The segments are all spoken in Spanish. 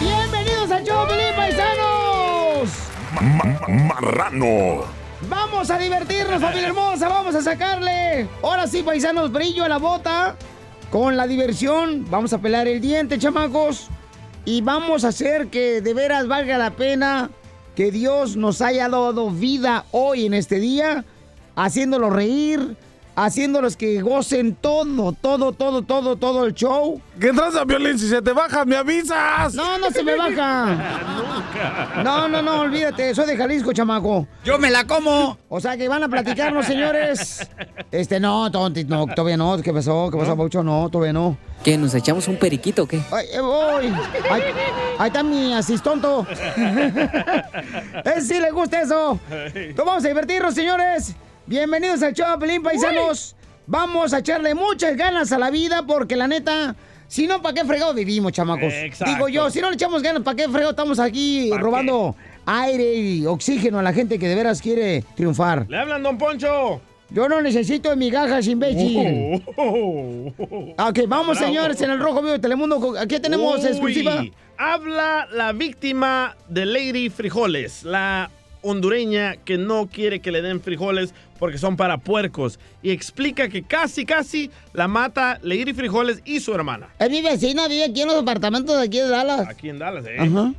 ¡Bienvenidos al show, Pelín Paisanos! Marrano. ¡Vamos a divertirnos, familia hermosa! ¡Vamos a sacarle! Ahora sí, paisanos, brillo a la bota. Con la diversión, vamos a pelar el diente, chamacos. Y vamos a hacer que de veras valga la pena que Dios nos haya dado vida hoy en este día, haciéndolos reír, haciéndolos que gocen todo, todo, todo, todo, todo el show. ¿Qué traza, Violín? Si se te baja, me avisas. No, no se me baja. No, no, no, olvídate, soy de Jalisco, chamaco. Yo me la como. O sea que van a platicarnos, señores. Este, no, tonti, no, todavía no. ¿Qué pasó? ¿Qué pasó, Paucho? No, todavía no. ¿Qué, nos echamos un periquito o qué? Ay, eh, voy. Ahí, ahí está mi asistonto. Ese sí le gusta eso. Nos vamos a divertirnos, señores. Bienvenidos al show, de Pelín Paisanos. Vamos a echarle muchas ganas a la vida porque la neta... Si no, ¿para qué fregado vivimos, chamacos? Exacto. Digo yo, si no le echamos ganas, ¿para qué fregado estamos aquí robando aire y oxígeno a la gente que de veras quiere triunfar? ¡Le hablan, don Poncho! Yo no necesito de migajas, imbécil. Ok, vamos, Oh. Bravo. señores, en el Rojo Vivo de Telemundo. Aquí tenemos Uy, exclusiva. Habla la víctima de Lady Frijoles, la hondureña que no quiere que le den frijoles porque son para puercos. Y explica que casi, casi la mata Lady Frijoles y su hermana. Es mi vecina, vive aquí en los apartamentos de aquí de Dallas. Aquí en Dallas, ¿eh? Ajá.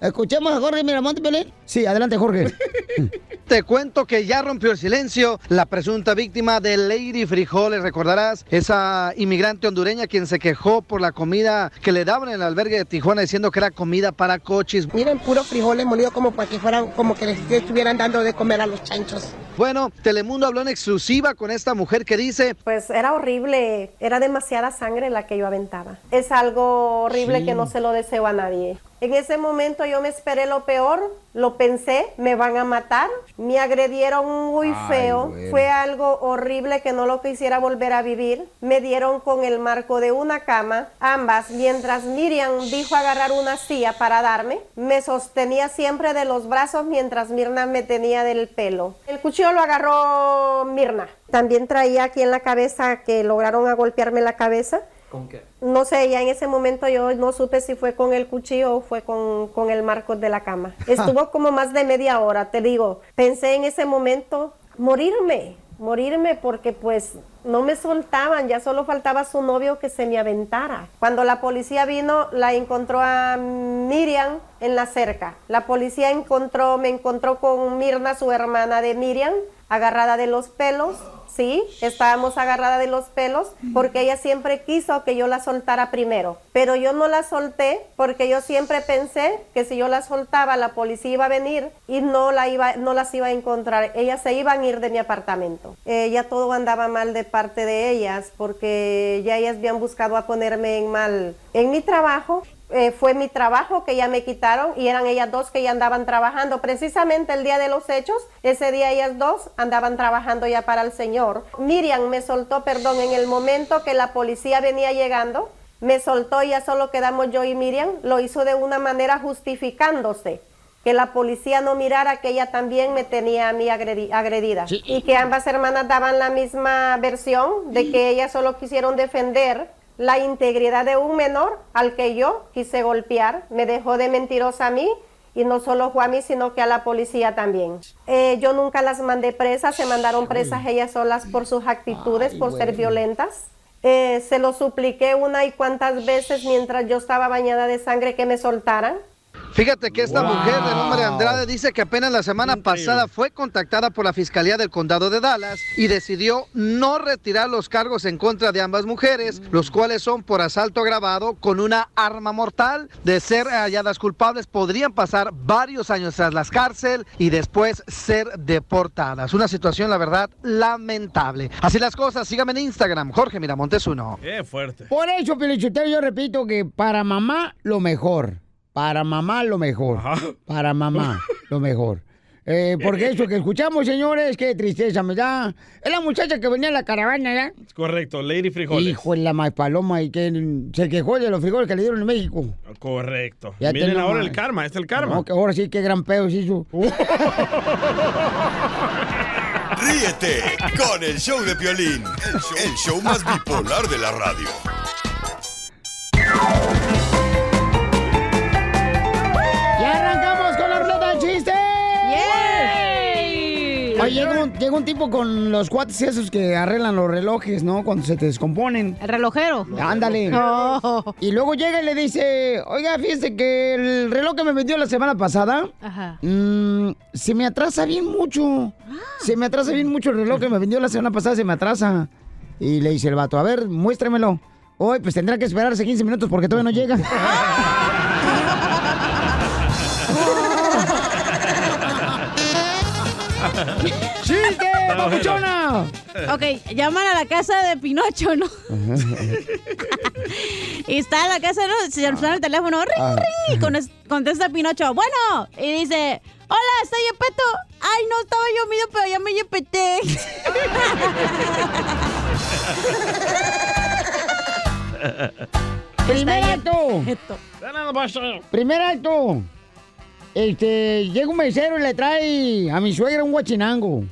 Escuchemos a Jorge Miramonte, Pelín. Sí, adelante, Jorge. Te cuento que ya rompió el silencio la presunta víctima de Lady Frijoles, recordarás, esa inmigrante hondureña quien se quejó por la comida que le daban en el albergue de Tijuana diciendo que era comida para coches. Miren, puros frijoles molidos como para que fueran, como que les estuvieran dando de comer a los chanchos. Bueno, Telemundo habló en exclusiva con esta mujer que dice, Pues era horrible, era demasiada sangre la que yo aventaba. Es algo horrible Sí. que no se lo deseo a nadie. En ese momento yo me esperé lo peor, lo pensé, me van a matar, me agredieron muy Ay, feo, güey. fue algo horrible que no lo quisiera volver a vivir, me dieron con el marco de una cama, ambas, mientras Miriam dijo agarrar una silla para darme, me sostenía siempre de los brazos mientras Mirna me tenía del pelo. El cuchillo lo agarró Mirna, también traía aquí en la cabeza que lograron a golpearme la cabeza. ¿Con qué? No sé, ya en ese momento yo no supe si fue con el cuchillo o fue con, con el marco de la cama. Estuvo como más de media hora, te digo. Pensé en ese momento morirme, morirme porque pues no me soltaban, ya solo faltaba su novio que se me aventara. Cuando la policía vino, la encontró a Miriam en la cerca. La policía encontró, me encontró con Mirna, su hermana de Miriam, agarrada de los pelos. Sí, estábamos agarrada de los pelos porque ella siempre quiso que yo la soltara primero. Pero yo no la solté porque yo siempre pensé que si yo la soltaba la policía iba a venir y no, la iba, no las iba a encontrar. Ellas se iban a ir de mi apartamento. Eh, ya todo andaba mal de parte de ellas porque ya ellas habían buscado a ponerme en mal en mi trabajo. Eh, fue mi trabajo que ya me quitaron y eran ellas dos que ya andaban trabajando. Precisamente el día de los hechos, ese día ellas dos andaban trabajando ya para el Señor. Miriam me soltó, perdón, en el momento que la policía venía llegando, me soltó y ya solo quedamos yo y Miriam. Lo hizo de una manera justificándose. Que la policía no mirara que ella también me tenía a mí agredi- agredida. Sí. Y que ambas hermanas daban la misma versión de que ellas solo quisieron defender la integridad de un menor al que yo quise golpear, me dejó de mentirosa a mí y no solo fue a mí, sino que a la policía también. Eh, yo nunca las mandé presas, se mandaron presas ellas solas por sus actitudes, por ser violentas. Eh, se lo supliqué una y cuantas veces mientras yo estaba bañada de sangre que me soltaran. Fíjate que esta Wow. mujer de nombre Andrade dice que apenas la semana pasada fue contactada por la Fiscalía del Condado de Dallas y decidió no retirar los cargos en contra de ambas mujeres, los cuales son por asalto agravado con una arma mortal. De ser halladas culpables podrían pasar varios años tras las cárcel y después ser deportadas. Una situación, la verdad, lamentable. Así las cosas, sígame en Instagram, Jorge Miramontes uno. ¡Qué fuerte! Por eso, Pelichotero, yo repito que para mamá lo mejor. Para mamá lo mejor. Para mamá lo mejor. Eh, porque eso que escuchamos, señores, qué tristeza me da. Es la muchacha que venía en la caravana, ¿ya? Es correcto, Lady Frijoles. Hijo de la más paloma y que se quejó de los frijoles que le dieron en México. Correcto. Ya Miren tenemos- ahora el karma, este es el karma. No, que ahora sí, qué gran pedo se hizo. Ríete con el show de Piolín, el show, el show más bipolar de la radio. ¡Ya arrancamos con la ruleta de chistes! Oye, llega un, llega un tipo con los cuates esos que arreglan los relojes, ¿no? Cuando se te descomponen. ¿El relojero? Ándale. Y luego llega y le dice, oiga, fíjese que el reloj que me vendió la semana pasada, Ajá. mm, se me atrasa bien mucho. Se me atrasa bien mucho el reloj que me vendió la semana pasada, se me atrasa. Y le dice el vato, a ver, muéstremelo. Hoy pues tendrá que esperarse 15 minutos porque todavía no llega. Ah, ¡Chiste, papuchona! Ok, llaman a la casa de Pinocho, ¿no? y está en la casa, ¿no? Se suena el teléfono, ring, Ah. ring, y con- contesta Pinocho, bueno, y dice, hola, soy Yepeto. Ay, no estaba yo mido, pero ya me yepeté. Primer acto. Primer acto. Este, llega un mesero y le trae a mi suegra un guachinango.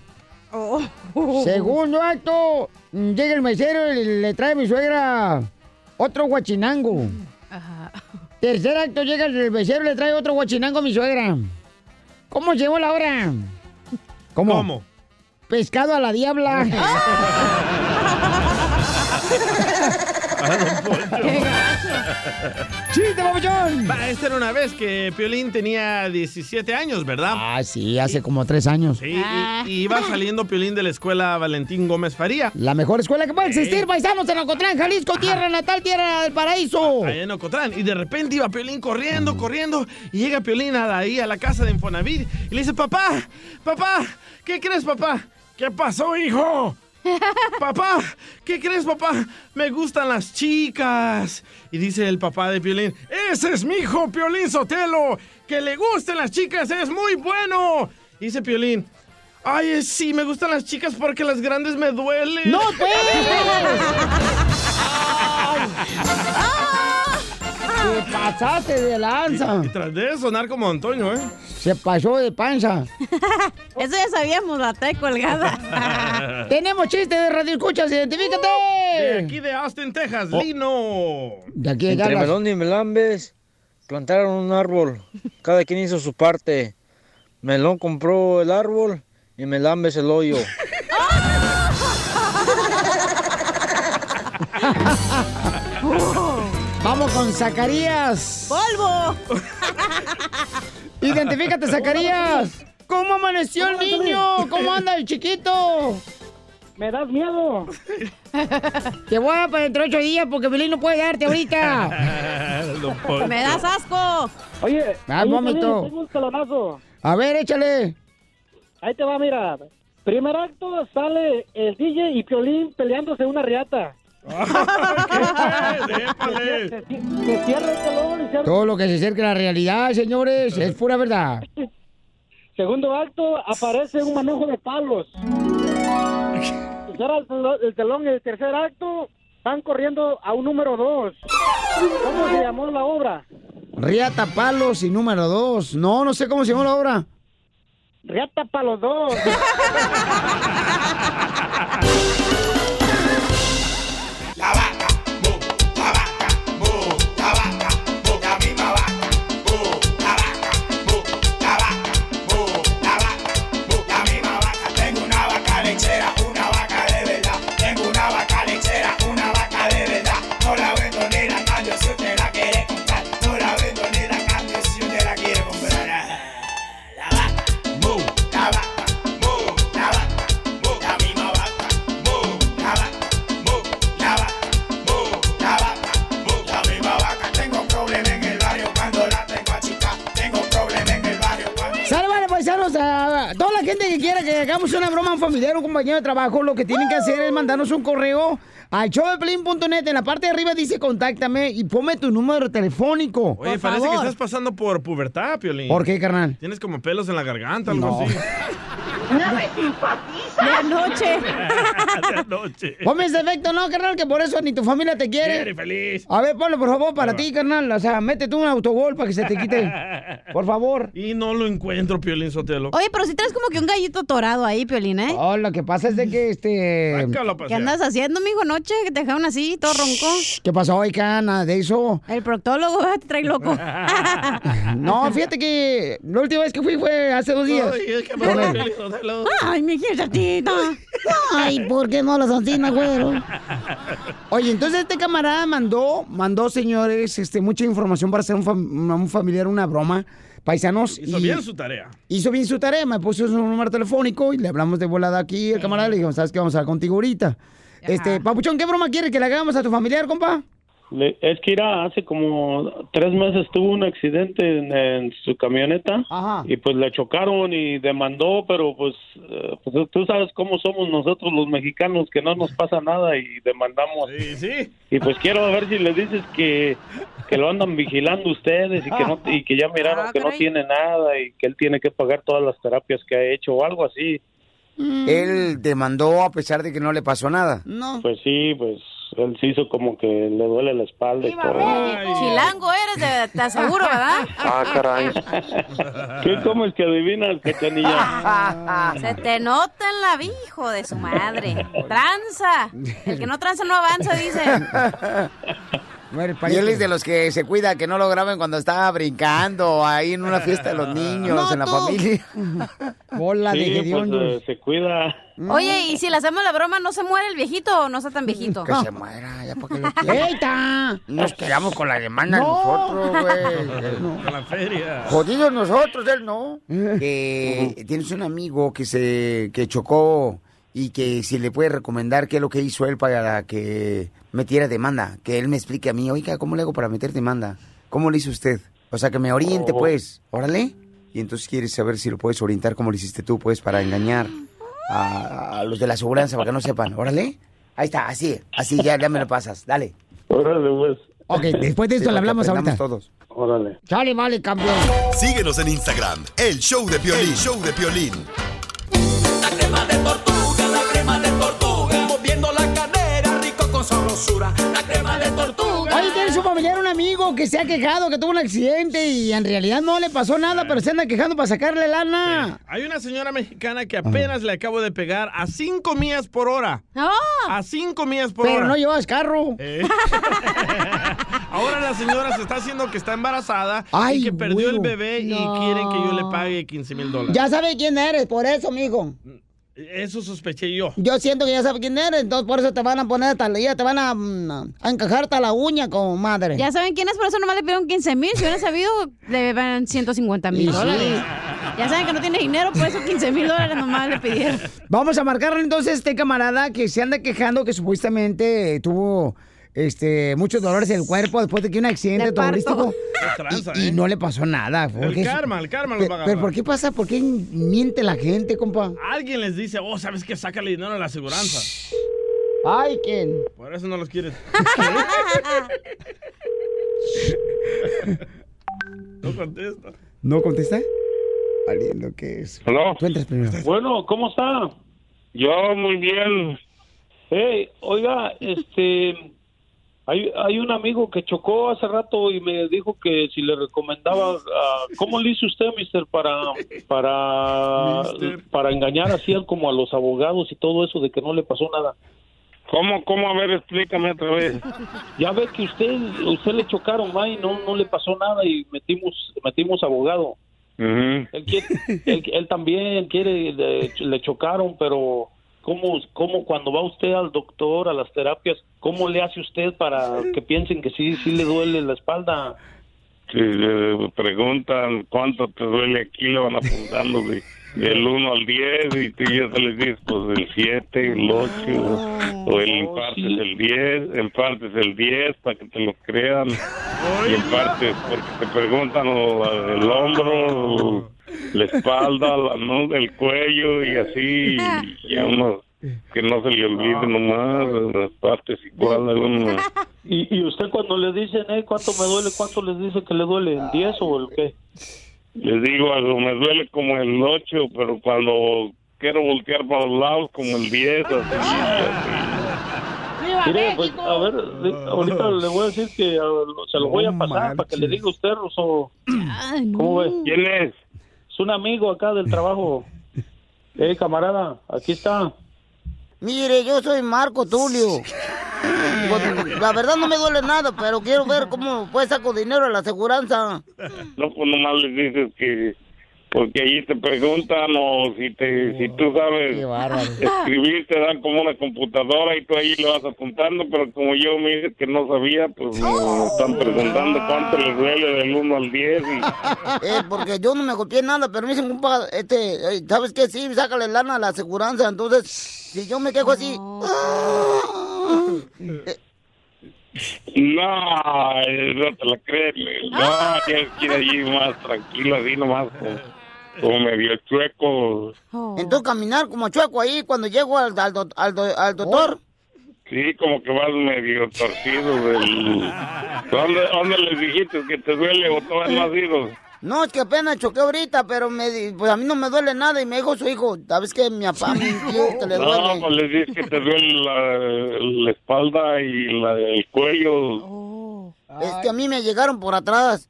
Segundo acto, mm, llega el mesero y le trae a mi suegra otro guachinango. Tercer acto, llega el mesero y le trae otro guachinango a mi suegra. ¿Cómo llegó la hora? ¿Cómo? ¿Cómo? Pescado a la diabla. ¡Chiste, babuchón! Va, esta era una vez que Piolín tenía 17 años, ¿verdad? Ah, sí, hace como tres años. Sí, y- Ah. y, iba saliendo Piolín de la escuela Valentín Gómez Faría. Eh. La mejor escuela que puede existir, paisanos, en Ocotlán, Jalisco, tierra natal, tierra del paraíso. Allá Ah, en Ocotlán. Y de repente iba Piolín corriendo, corriendo. Y llega Piolín a la- ahí a la casa de Infonavit. Y le dice, papá, papá, ¿qué crees, papá? ¿Qué pasó, hijo? papá, ¿qué crees, papá? Me gustan las chicas. Y dice el papá de Piolín, ese es mi hijo, Piolín Sotelo. Que le gusten las chicas, es muy bueno. Y dice Piolín, ay, eh, sí, me gustan las chicas porque las grandes me duelen. ¡No, pues! Te pasaste de lanza. Y tras de eso, sonar como Antonio, ¿eh? Se pasó de panza. Eso ya sabíamos, la trae colgada. Tenemos chiste de Radio Escuchas, De identifícate. aquí de Austin, Texas, Oh. Lino. De aquí de Entre Dallas. Melón y Melambes plantaron un árbol. Cada quien hizo su parte. Melón compró el árbol y Melambes el hoyo. Uh. Vamos con Zacarías. ¡Polvo! Identifícate, Zacarías. ¿Cómo amaneció el niño? ¿Cómo anda el chiquito? Me das miedo. Te voy a dar para dentro de ocho días porque Belín no puede darte ahorita. Pues, ¡Me das asco! Oye, Ah, oye, vómito. Piolín, tengo un calonazo. A ver, échale. Ahí te va, mira. Primer acto sale el DJ y Piolín peleándose una riata. se, ci- se cierra el telón y se abre- Todo lo que se acerque a la realidad, señores, es pura verdad. Segundo acto aparece un manojo de palos. Se cierra el, telo- el telón y el tercer acto van corriendo a un número dos. ¿Cómo se llamó la obra? Riata Palos y número dos. No, no sé cómo se llama la obra. Riata para los dos. Tengo una vaca lechera, una vaca de verdad. Tengo una vaca lechera, una vaca de verdad. No la vendo ni la cambio si usted la quiere comprar. No la vendo ni la cambio si usted la quiere comprar. Ah, La vaca, mu, la vaca, mu, la vaca, mu, la misma vaca, mu, paisanos, a toda la gente que quiera que hagamos una broma a un familiar o un compañero de trabajo, lo que tienen que hacer es mandarnos un correo a showdeplin.net. En la parte de arriba dice contáctame y ponme tu número telefónico. Oye, Por parece que favor. estás pasando por pubertad, Piolín. ¿Por qué, carnal? Tienes como pelos en la garganta, algo No. así. ¡No me simpatizas! De anoche. De anoche. Ponme ese efecto, no, carnal, que por eso ni tu familia te quiere. Quiere, feliz. A ver, ponlo, por favor, para Ahí va. ti, carnal. O sea, métete un autogol para que se te quite. Por favor. Y no lo encuentro, Piolín Sotelo. Oye, pero si traes como que un gallito torado ahí, Piolín, ¿eh? Oh, lo que pasa es de que este. Sácalo a pasear. ¿Qué andas haciendo, mijo, noche? Que te dejaron así, todo ronco. ¿Qué pasó hoy, Cana? De eso. El proctólogo ¿verdad? te trae loco. No, fíjate que la última vez que fui fue hace dos días. Con el- Ay, mi tita. Ay, ¿por qué no las asesinas, güero? Oye, entonces este camarada mandó, mandó, señores, este, mucha información para hacer un, fam- a un familiar una broma. Paisanos. Hizo y- bien su tarea. Hizo bien su tarea, me puso su número telefónico y le hablamos de volada aquí al camarada. Le dijimos, ¿sabes qué? Vamos a hablar contigo ahorita. Este, Papuchón, ¿qué broma quieres que le hagamos a tu familiar, compa? Le- es que era hace como tres meses tuvo un accidente en, en su camioneta Ajá. y pues le chocaron y demandó, pero pues, eh, pues tú sabes cómo somos nosotros los mexicanos que no nos pasa nada y demandamos. Y pues quiero ver si le dices que, que lo andan vigilando ustedes y que no y que ya miraron que no tiene nada y que él tiene que pagar todas las terapias que ha hecho o algo así. Mm. Él demandó a pesar de que no le pasó nada. No. Pues sí, pues él se hizo como que le duele la espalda y todo. Chilango eres, de- te aseguro, ¿verdad? Ah, caray. ¿Qué, ¿Cómo es que adivinas, cachanilla? Se te nota en la vi- hijo de su madre. Tranza. El que no tranza no avanza, dice. pariente. Y él es de los que se cuida que no lo graben cuando está brincando ahí en una fiesta de los niños, No, en la tú. familia. Hola Sí, pues, eh, se cuida. Oye, y si le hacemos la broma, ¿no se muere el viejito o no está tan viejito? Que se muera, ya porque lo quiero. ¡Eita! Nos quedamos con la demanda No. nosotros, güey. A la feria. Jodidos nosotros, él no. Que tienes un amigo que se que chocó y que si le puede recomendar qué es lo que hizo él para que metiera demanda, que él me explique a mí, oiga, ¿cómo le hago para meter demanda? ¿Cómo le hizo usted? O sea, que me oriente, Oh. pues, órale. Y entonces quieres saber si lo puedes orientar como lo hiciste tú, pues, para engañar a, a los de la aseguranza para que no sepan, órale. Ahí está, así, así ya, ya me lo pasas, dale. Órale, pues. Ok, después de esto Sí, para le que hablamos ahorita. aprendamos todos. Órale. Chale, vale, campeón. Síguenos en Instagram, el show de Piolín. El show de Piolín. Moviendo la cadera, rico con sabrosura. La crema de tortuga. Oye, tienes un familiar, un amigo que se ha quejado que tuvo un accidente y en realidad no le pasó nada, pero se anda quejando para sacarle lana. Hay una señora mexicana que apenas le acabo de pegar a 5 millas por hora. A 5 millas por ¡Ah! Pero hora. no llevas carro. Ahora la señora se está haciendo que está embarazada Ay, y que perdió güero. el bebé No. y quieren que yo le pague 15 mil dólares. Ya sabe quién eres, por eso, mijo. Eso sospeché yo. Yo siento que ya sabe quién eres, entonces por eso te van a poner hasta la ya te van a, mm, a encajar hasta la uña con madre. Ya saben quién es, por eso nomás le pidieron 15 mil. Si hubieran sabido, le van 150 Y mil sí. dólares. Ya saben que no tiene dinero, por eso 15 mil dólares nomás le pidieron. Vamos a marcarle entonces a este camarada que se anda quejando que supuestamente eh, tuvo este muchos dolores en el cuerpo después de que un accidente De parto. turístico Qué tranza, y ¿eh? no le pasó nada. porque- El karma, el karma los Pe- va a agarrar. Pero ¿por qué pasa? ¿Por qué miente la gente, compa? Alguien les dice, oh, ¿sabes qué? Sácale dinero a la aseguranza. Ay, Ken. Por eso no los quieren. no contesta. ¿No contesta? Valiendo que es. Tú entras primero. Bueno, ¿cómo está? Yo muy bien. Hey, oiga, este, hay, hay un amigo que chocó hace rato y me dijo que si le recomendaba, ah, ¿cómo le hizo usted, mister, para, para, para engañar así al- como a los abogados y todo eso de que no le pasó nada? ¿Cómo, cómo? A ver, explícame otra vez. Ya ve que usted, usted le chocaron, ma, y no, no le pasó nada y metimos, metimos abogado. Él, quiere- él- él también quiere, le, le chocaron, pero ¿cómo, ¿cómo cuando va usted al doctor, a las terapias, cómo le hace usted para que piensen que sí, sí le duele la espalda? Si le preguntan cuánto te duele aquí, le van apuntando de, del 1 al 10 y tú ya se les dices, pues el 7, el 8, o el en partes el 10, en partes el 10 para que te lo crean, y en partes porque te preguntan o, el hombro, o la espalda, la, ¿no? el cuello y así, y ya uno- que no se le olvide nomás las partes iguales. uno- ¿Y, y usted cuando le dicen, "Ey, ¿cuánto me duele? ¿Cuánto les dice que le duele? ¿El 10 o el qué? Les digo algo, me duele como el 8, pero cuando quiero voltear para los lados, como el 10, así. Mire, pues, a ver, de- ahorita le voy a decir que a- lo- se lo voy a pasar para que le diga usted, Rosso. ¿Cómo ves? ¿Quién es? Es un amigo acá del trabajo. Eh, camarada, aquí está. Mire, yo soy Marco Tulio. La verdad no me duele nada, pero quiero ver cómo pues saco dinero a la aseguranza. No, pues nomás les dices que... Porque ahí te preguntan o si, te, si tú sabes escribir, te dan como una computadora y tú ahí lo vas apuntando, pero como yo me dices que no sabía, pues me, me están preguntando cuánto les duele del 1 al 10 y... Eh, porque yo no me copié nada, pero me dicen, compa, este, eh, ¿sabes qué? Sí, sácale lana a la aseguranza. Entonces, si yo me quejo así... ¡ah! No, eh, no te la crees. le- No, tienes que ir allí más tranquilo, así nomás, como, como medio chueco. Entonces, caminar como chueco ahí cuando llego al, al do- al do- al doctor. Sí, como que vas medio torcido. Del... ¿Dónde, ¿Dónde les dijiste que te duele o todavía no has ido? No, es que apenas choqué ahorita, pero me, di- pues a mí no me duele nada. Y me dijo su hijo, ¿sabes qué? Mi papá me mintió que le duele. No, pues les dices que te duele la, la espalda y la- el cuello. Es que a mí me llegaron por atrás.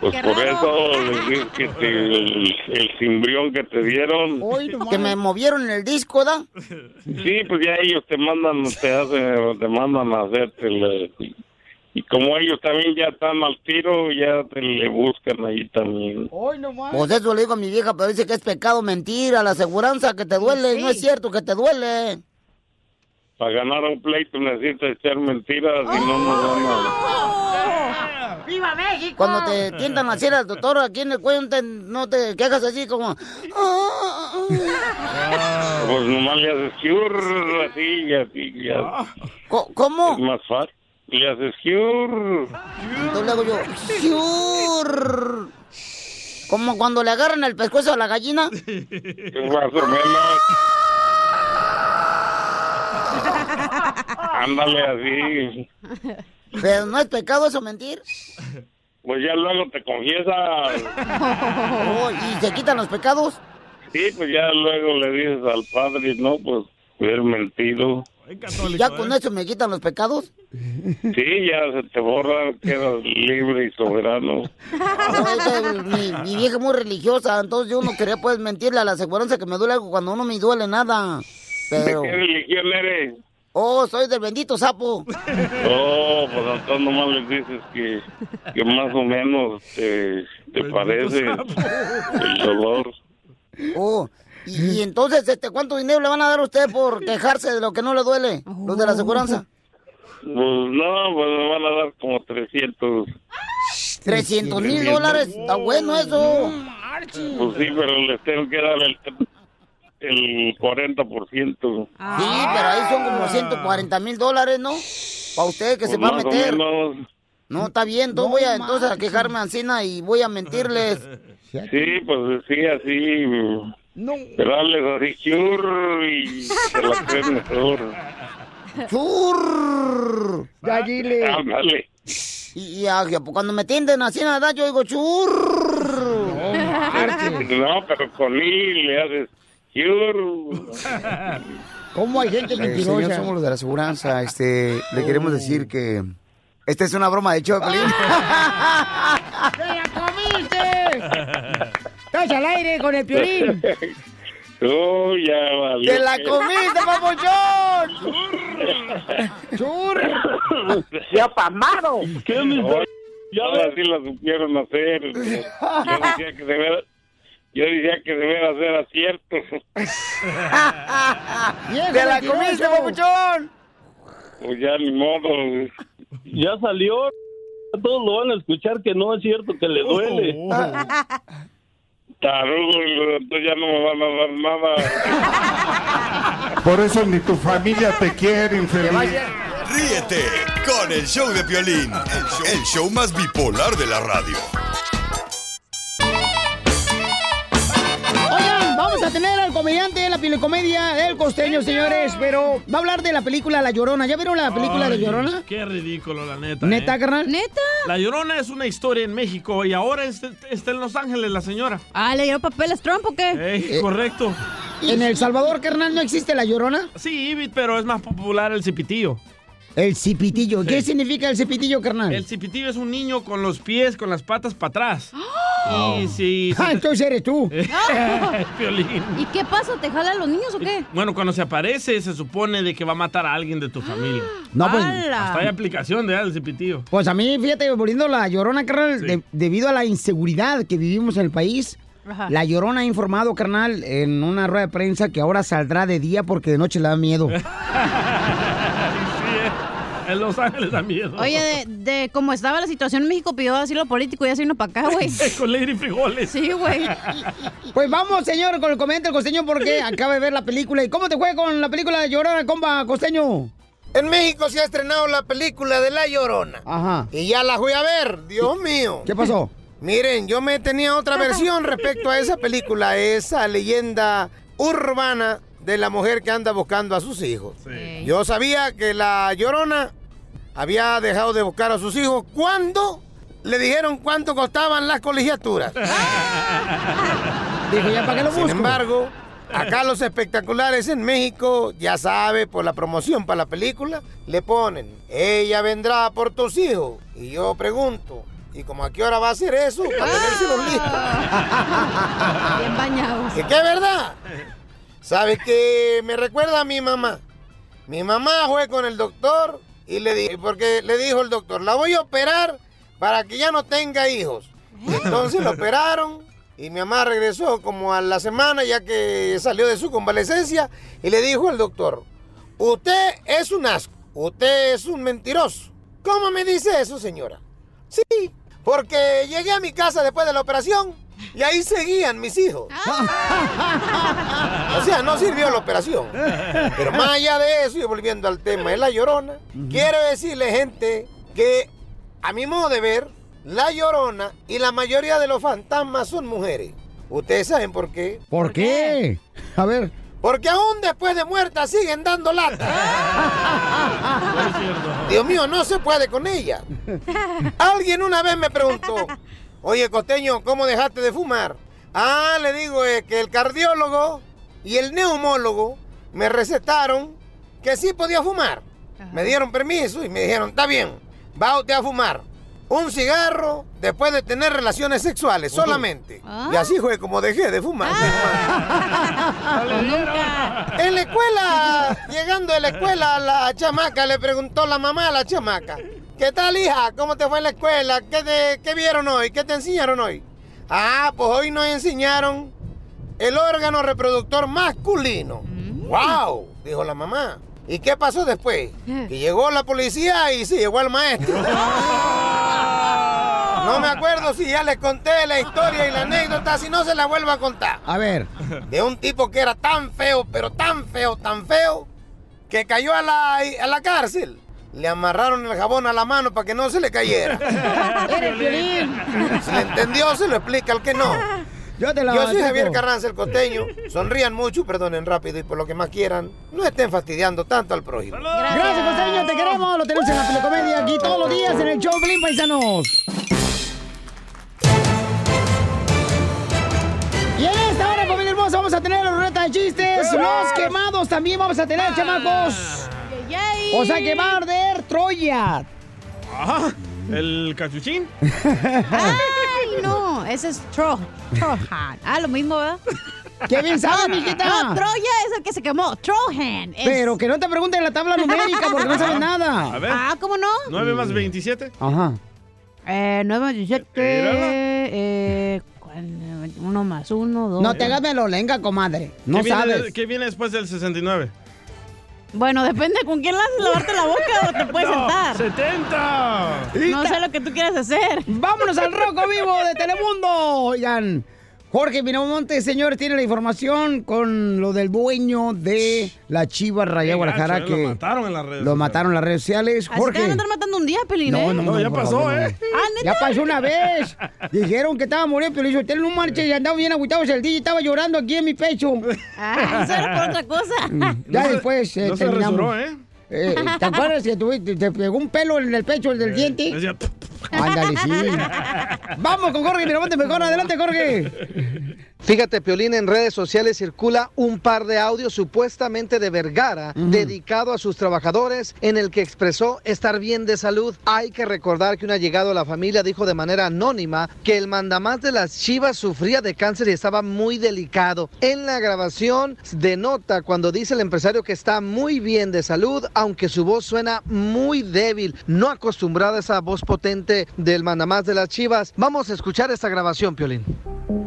Pues por eso les dices que te- el, el cimbrión que te dieron. Que me movieron el disco, ¿da? Sí, pues ya ellos te mandan, te hacen, te mandan a hacerte el- y como ellos también ya están al tiro, ya te le buscan ahí también. Pues eso le digo a mi vieja, pero dice que es pecado mentir a la aseguranza que te duele. y No es cierto que te duele. Para ganar un pleito necesitas echar mentiras y no nos van a... ¡Viva México! Cuando te tientan a hacer al doctor aquí en el cuello, no te, no te quejas así como... Pues nomás le haces cure, así, y así, ya. ¿Cómo? Es más fácil. Le haces cure. Entonces le hago yo... "Siur". Como cuando le agarran el pescuezo a la gallina. Más o menos. Ándale así. Pero no es pecado eso mentir. Pues ya luego te confiesas. Oh, y se quitan los pecados. Sí, pues ya luego le dices al padre, no, pues haber mentido. Y ya con eso me quitan los pecados. Sí, ya se te borra, quedas libre y soberano. No, es que mi, mi vieja es muy religiosa, entonces yo no quería pues mentirle a la aseguranza que me duele algo cuando no me duele nada. Pero... ¿De qué religión eres? Oh, soy del bendito sapo. Oh, pues entonces nomás les dices que, que más o menos te, te parece el dolor. Oh, y, y entonces, este, ¿cuánto dinero le van a dar a usted por quejarse de lo que no le duele? Los de la aseguranza. Pues no, pues me van a dar como 300. 300 mil dólares. Está bueno eso. Pues sí, pero les tengo que dar el, el 40%. Sí, pero ahí son Ah. como 140 mil dólares, ¿no? Para usted que se Pues va a más o meter. menos. No, está bien. Entonces voy a, entonces a quejarme a Ancina y voy a mentirles. Sí, pues sí, así. No. Pero darles así, churr, y se la creen mejor. ¡Churr! Ya, dile. Ándale. Y, y a- cuando me tienden así, nada, yo digo churr. No, pero con I le haces churr. ¿Cómo hay gente Oh. Eh, señor, somos los de la aseguranza. Este, le queremos decir que esta es una broma de Chocolín. ¡Te la ¡Ah, comiste! ¡Estás al aire con el piolín! Tú ya valió. ¡Te la comiste, papuchón! churr! ¡Ya pamado! ¿Qué me Ya ahora sí la supieron hacer. Yo decía que de veras, yo decía que de veras era cierto. ¡Te la comiste, papuchón! Pues ya ni modo. Ya salió. Todos lo van a escuchar que no es cierto que le duele. Oh. Tarugo, entonces ya no me van a dar nada. Por eso ni tu familia te quiere, infeliz. Ríete con el show de Piolín, el show, el show más bipolar de la radio. a tener al comediante de la pilecomedia del costeño, señores. Pero va a hablar de la película La Llorona. ¿Ya vieron la película Ay, de Llorona? Qué ridículo, la neta. ¿Neta, ¿eh? carnal? ¿Neta? La Llorona es una historia en México y ahora es- está en Los Ángeles la señora. Ah, ¿le dieron papeles Trump o qué? Ey, Eh, correcto. ¿En El Salvador, carnal, no existe La Llorona? Sí, Ibit, pero es más popular el cipitillo. El cipitillo. ¿Qué Sí. significa el cipitillo, carnal? El cipitillo es un niño con los pies, con las patas para atrás. Y si... Ah, entonces eres tú. Piolín. ¿Y qué pasa? ¿Te jalan los niños o qué? Bueno, cuando se aparece, se supone de que va a matar a alguien de tu familia. No, pues- ¡Hala! Hasta hay aplicación de del cipitillo. Pues a mí, fíjate, volviendo a la llorona, carnal, de- debido a la inseguridad que vivimos en el país, Ajá. la llorona ha informado, carnal, en una rueda de prensa que ahora saldrá de día porque de noche le da miedo. Ah, eh. En Los Ángeles da miedo. Oye, de, de cómo estaba la situación en México, pidió asilo político y ya se vino para acá, güey. Con Lady Frijoles. Sí, güey. Pues vamos, señor, con el comentario del costeño porque acaba de ver la película. ¿Y cómo te fue con la película de llorona, compa costeño? En México se ha estrenado la película de La Llorona. Ajá. Y ya la fui a ver, Dios mío. ¿Qué pasó? Miren, yo me tenía otra versión respecto a esa película, esa leyenda urbana de la mujer que anda buscando a sus hijos. Yo sabía que la Llorona había dejado de buscar a sus hijos cuando le dijeron cuánto costaban las colegiaturas. Dijo, ¿ya para qué lo Sin busco? embargo, acá los espectaculares en México, ya sabe, por la promoción para la película, le ponen, ella vendrá por tus hijos. Y yo pregunto, ¿y como a qué hora va a ser eso? Ah. Para tenérselo listo. Bien bañados. ¿Y qué es verdad? ¿Sabes qué? Me recuerda a mi mamá. Mi mamá fue con el doctor y le dijo, porque le dijo el doctor, la voy a operar para que ya no tenga hijos. Entonces lo operaron y mi mamá regresó como a la semana ya que salió de su convalecencia y le dijo al doctor, usted es un asco, usted es un mentiroso. ¿Cómo me dice eso, señora? Sí, porque llegué a mi casa después de la operación y ahí seguían mis hijos. O sea, no sirvió la operación. Pero más allá de eso, y volviendo al tema de la llorona, quiero decirle, gente, que a mi modo de ver, la llorona y la mayoría de los fantasmas son mujeres. Ustedes saben por qué. ¿Por qué? A ver. Porque aún después de muerta siguen dando lata. Dios mío, no se puede con ella. Alguien una vez me preguntó, oye costeño, ¿cómo dejaste de fumar? Ah, le digo es que el cardiólogo y el neumólogo me recetaron que sí podía fumar. Me dieron permiso y me dijeron, está bien, va usted a fumar un cigarro después de tener relaciones sexuales solamente. Y así fue como dejé de fumar. Ah. En la escuela, llegando de la escuela, la chamaca le preguntó la mamá a la chamaca, ¿qué tal hija? ¿Cómo te fue en la escuela? ¿Qué, te- qué vieron hoy? ¿Qué te enseñaron hoy? Ah, pues hoy nos enseñaron el órgano reproductor masculino. ¡Wow! Dijo la mamá. ¿Y qué pasó después? Que llegó la policía y sí, llegó el maestro. No me acuerdo si ya les conté la historia y la anécdota, si no se la vuelvo a contar A ver. de un tipo que era tan feo, pero tan feo, tan feo, que cayó a la, a la cárcel. Le amarraron el jabón a la mano para que no se le cayera. Si le entendió, se lo explica al que no. Yo te la Yo soy batico. Javier Carranza, el costeño. Sonrían mucho, perdonen rápido y por lo que más quieran, no estén fastidiando tanto al prójimo. Gracias, costeño, te queremos. Lo tenemos en la telecomedia aquí todos los días en el show Blin Paisanos. Y en esta hora, familia hermosa, vamos a tener la ruleta de chistes. Los quemados también vamos a Ah. tener, chamacos. O sea que va a arder Troya. Ajá. ¿El cachuchín? Ay, no, ese es Tro, Trojan. Ah, lo mismo, ¿verdad? Qué bien sabe, no, mijita. No, Troya es el que se quemó. Trojan. es- Pero que no te pregunten la tabla numérica porque no sabes nada. A ver. Ah, ¿cómo no? 9 más 27. Ajá. Eh, 9 más 17. Mírala. Eh, cuál- uno más uno, dos. No te hagas melolenga, comadre. No ¿Qué viene de- sabes. ¿Qué viene después del 69? Bueno, depende con quién lances lavarte la boca o te puedes No, sentar. 70. Ah. No sé lo que tú quieras hacer. Vámonos al roco vivo de Telemundo. Oigan, Jorge Miramonte, señor, tiene la información con lo del dueño de la Chiva Rayá Qué Guadalajara gacho, ¿eh? que Lo mataron en las redes lo sociales. mataron en las redes sociales. Así te van a Jorge. andar matando un día, Pelín, ¿eh? No, no, no, por favor, ¿eh? no. Ah, ¿neta? Ya pasó una vez. Dijeron que estaba muriendo, pero dijo, usted no marcha y andaba bien agüitado. El DJ estaba llorando aquí en mi pecho. Ah, eso era por otra cosa. Ya después eh, terminamos. ¿eh? Eh, ¿Te acuerdas que tuviste- te pegó un pelo en el pecho, el del diente? Ándale, sí. Vamos con Jorge Miramonte, mejor adelante, Jorge. Fíjate, Piolín, en redes sociales circula un par de audios supuestamente de Vergara dedicado a sus trabajadores en el que expresó estar bien de salud. Hay que recordar que un allegado a la familia dijo de manera anónima que el mandamás de las chivas sufría de cáncer y estaba muy delicado. En la grabación denota cuando dice el empresario que está muy bien de salud, aunque su voz suena muy débil, no acostumbrada a esa voz potente del mandamás de las chivas. Vamos a escuchar esta grabación, Piolín.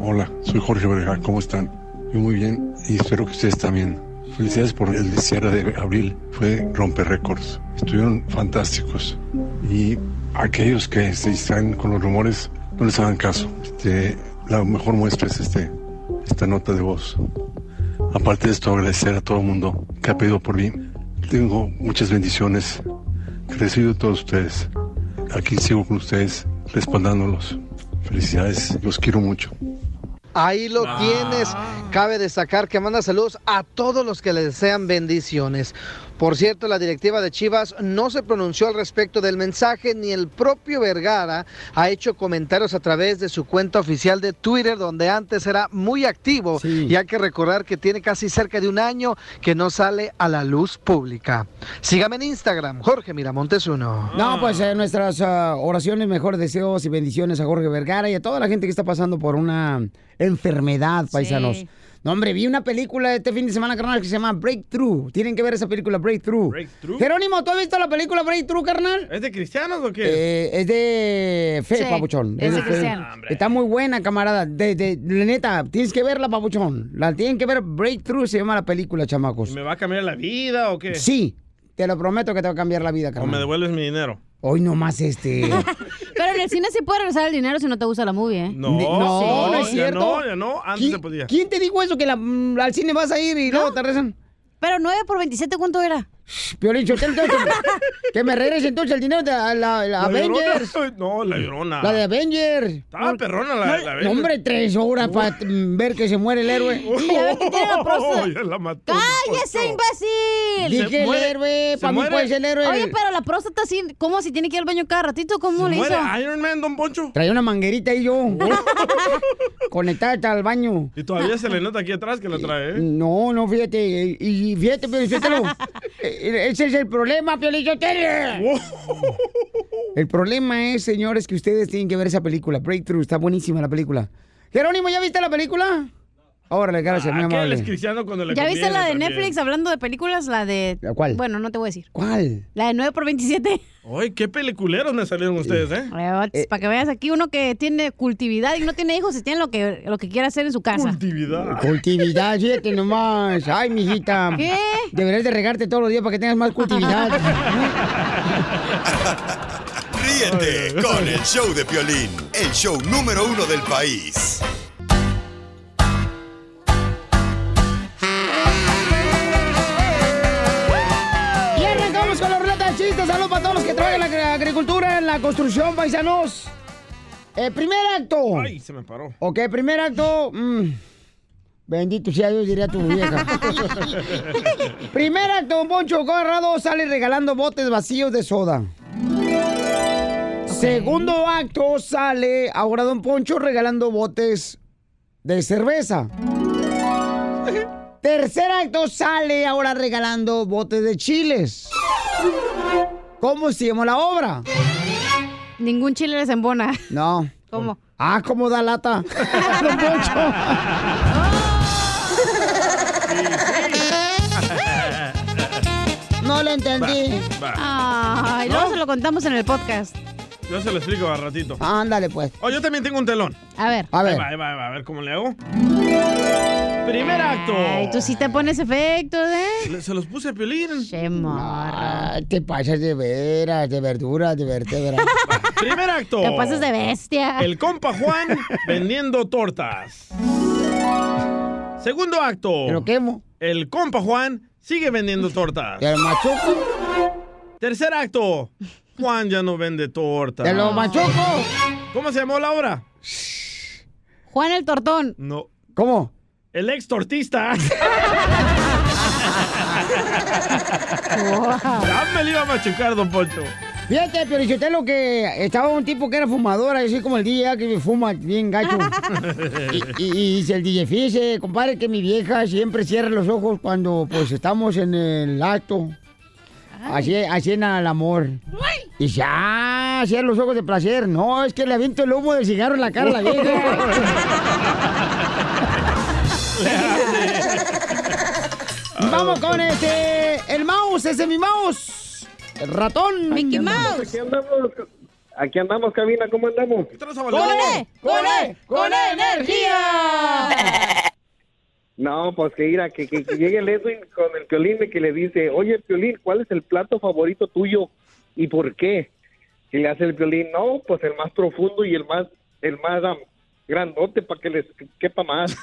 Hola, soy Jorge Obregón, ¿cómo están? Yo muy bien y espero que ustedes también. Felicidades por el cierre de abril, fue romper récords. Estuvieron fantásticos. Y aquellos que se distraen con los rumores, no les hagan caso. Este, la mejor muestra es este, esta nota de voz. Aparte de esto, agradecer a todo el mundo que ha pedido por mí. Tengo muchas bendiciones que recibo de todos ustedes. Aquí sigo con ustedes, respaldándolos. Felicidades, los quiero mucho. Ahí lo tienes. Cabe destacar que manda saludos a todos los que le desean bendiciones. Por cierto, la directiva de Chivas no se pronunció al respecto del mensaje, ni el propio Vergara ha hecho comentarios a través de su cuenta oficial de Twitter, donde antes era muy activo. Y hay que recordar que tiene casi cerca de un año que no sale a la luz pública. Sígame en Instagram, Jorge Miramontes uno. No, pues eh, nuestras ah, oraciones, mejores deseos y bendiciones a Jorge Vergara y a toda la gente que está pasando por una enfermedad, paisanos. No, hombre, vi una película este fin de semana, carnal, que se llama Breakthrough. Tienen que ver esa película, Breakthrough. Breakthrough. Jerónimo, ¿tú has visto la película Breakthrough, carnal? ¿Es de cristianos o qué? Eh, es de fe, Sí, papuchón. es de fe. cristiano. Ah, hombre. Está muy buena, camarada. De, de- la neta, tienes que verla, papuchón. La tienen que ver. Breakthrough se llama la película, chamacos. ¿Me va a cambiar la vida o qué? Sí, te lo prometo que te va a cambiar la vida, ¿O me carnal. devuelves mi dinero? Hoy nomás este. Pero en el cine sí puede regresar el dinero si no te gusta la movie, ¿eh? No, Ni- no, no es ya cierto. no, ya no, antes ¿Qui- se podía. ¿Quién te dijo eso? Que la- mm, al cine vas a ir y luego te rezan. Pero 9 por 27, ¿cuánto era? Piolín, yo te- entonces, que me regrese entonces el dinero de la, la- la La llorona, Avengers. No, la llorona. La de Avengers. Estaba perrona la, la No, Avengers. hombre, tres horas para ver que se muere el héroe. Oh, ya la mató. ¡Cállese, imbécil! Dije Se el muere- héroe, se pa' mí muere. puede ser el héroe. Oye, pero la próstata sí, ¿cómo si tiene que ir al baño cada ratito? ¿Cómo le hizo? Iron Man, don Poncho? Traía una manguerita ahí yo. Conectada hasta al baño. Y todavía se le nota aquí atrás que la trae, ¿eh? No, no, fíjate. Y y fíjate, Piolín, Sotelo, eh, Ese es el problema, Piolín Sotelo. El problema es, señores, que ustedes tienen que ver esa película. Breakthrough, está buenísima la película. Jerónimo, ¿ya viste la película? Órale, gracias, mi ¿A Ah, qué él es amable. cristiano cuando le ¿Ya viste conviene la de también? Netflix hablando de películas? La de... ¿La cuál? Bueno, no te voy a decir. ¿Cuál? La de 9 por 27. Ay, qué peliculeros me salieron ustedes, ¿eh? Para que veas aquí uno que tiene cultividad y no tiene hijos y tiene lo que, lo que quiera hacer en su casa. Cultividad. Cultividad, fíjate nomás. Ay, mijita. ¿Qué? Deberías de regarte todos los días para que tengas más cultividad. Ríete con el show de Piolín, el show número uno del país. Y arrancamos con la ruleta de chistes. Saludos para todos los que trabajan en la agri- agricultura, en la construcción, paisanos. Eh, primer acto. Ay, se me paró. Ok, primer acto. mm, Bendito sea Dios, diría tu vieja. primer acto, Don Poncho Corrado sale regalando botes vacíos de soda. Segundo acto, sale ahora Don Poncho regalando botes de cerveza. Tercer acto sale ahora regalando botes de chiles. ¿Cómo se llama la obra? Ningún chile les embona. No. ¿Cómo? Ah, ¿cómo da lata? Don Poncho. No lo entendí. Va, va. Ay, ¿No? luego se lo contamos en el podcast. Yo se lo explico al ratito. Ándale, pues. Oh, yo también tengo un telón. A ver. Ahí va, ahí va, ahí va, a ver cómo le hago. primer acto. Ay, tú sí te pones efectos, ¿eh? Le- Se los puse a Piolín. Ah, te pasas de veras, de verduras, de vértebras. Primer acto. Te pasas de bestia. El compa Juan vendiendo tortas. Segundo acto. El compa Juan sigue vendiendo tortas. ¿Te lo machuco? Tercer acto. Juan ya no vende tortas. ¡Te lo machuco! ¿Cómo se llamó la obra? Juan el Tortón. No. ¿Cómo? El ex tortista. Ya me lo iba a machucar, don Poncho. Fíjate, pero lo que estaba un tipo que era fumador, así como el DJ que fuma bien gacho. Y, y- y dice el DJ, fíjese, compadre, que mi vieja siempre cierra los ojos cuando pues estamos en el acto. Así, así en el amor. Y dice, ah, cierra los ojos de placer. No, es que le aviento el humo del cigarro en la cara a la vieja. Vamos con este, el mouse, ese es mi mouse. El ratón. Mickey Mouse. Aquí andamos, aquí andamos, cabina, ¿cómo andamos? E, ¡Corre! ¡Corre! ¡Corre energía! No, pues que ir a que, que- que llegue el Edwin con el Piolín y que le dice, oye, Piolín, ¿cuál es el plato favorito tuyo y por qué? Y le hace el Piolín, no, pues el más profundo y el más, el más am, grandote para que les quepa más.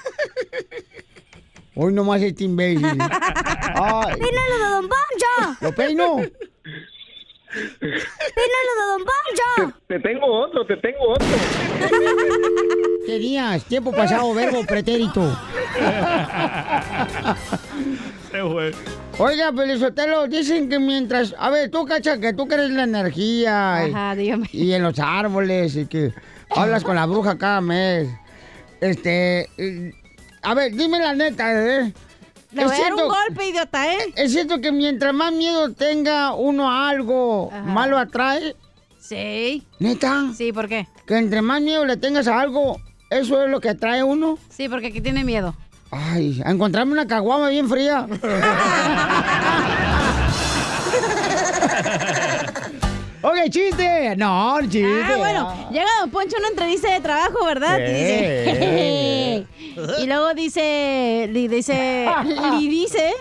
Hoy nomás este imbécil. Ay, ¡Pínalo de Don Poncho! lo peino. ¡Pínalo de Don Poncho! Te tengo otro, te tengo otro. Tenías tiempo pasado, verbo pretérito. Se fue. Oiga, Pelizotelo, dicen que mientras. A ver, tú, cacha, que tú crees en la energía. y- Ajá, dígame. Y en los árboles y que hablas con la bruja cada mes. Este. eh, A ver, dime la neta, ¿eh? Le voy a dar un golpe, idiota, ¿eh? Es cierto que mientras más miedo tenga uno a algo, más lo atrae. Sí. ¿Neta? Sí, ¿por qué? Que entre más miedo le tengas a algo, eso es lo que atrae uno. Sí, porque aquí tiene miedo. Ay, a encontrarme una caguama bien fría. ok, chiste. No, chiste. Ah, bueno, llega Don Poncho a una entrevista de trabajo, ¿verdad? Y dice, Eh. y luego dice, le dice, le dice,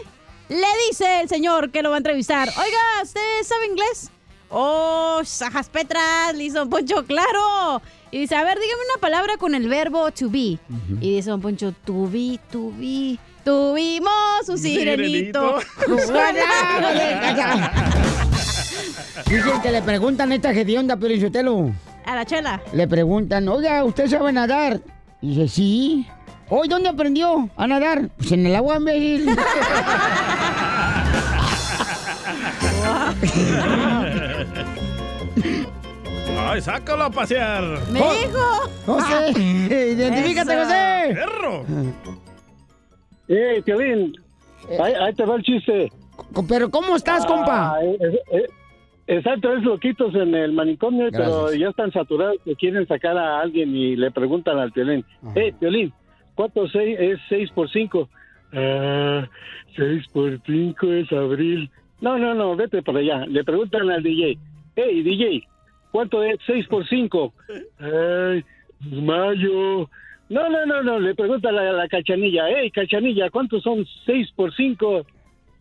le dice el señor que lo va a entrevistar, oiga, ¿usted sabe inglés? Oh, sajas petras, le dice Don Poncho, claro. Y dice, a ver, dígame una palabra con el verbo to be. Y dice Don Poncho, to be, to be. Tuvimos un sirenito. Sirenito. Dicen que le preguntan a esta gedionda, pero A la chela. Le preguntan, oiga, ¿usted sabe nadar? Dice, sí. Hoy, ¿dónde aprendió a nadar? Pues en el agua, imbécil. Ay, sácalo a pasear. ¡Me dijo! José, identifícate, Ah. Eso. José. ¡Perro! ¡Ey, Eh, Piolín! Ahí, ahí te va el chiste. Pero, ¿cómo estás, compa? Ah, Exacto, es loquitos en el manicomio, pero ya están saturados que quieren sacar a alguien y le preguntan al Piolín, hey, Piolín, ¿cuánto seis, es 6 por 5? Ah, 6 por 5 es abril. No, no, no, vete para allá. Le preguntan al DJ, hey, DJ, ¿cuánto es 6 por 5? Ay, mayo. No, no, no, no, le preguntan a la, la cachanilla, hey, cachanilla, ¿cuántos son 6 por 5?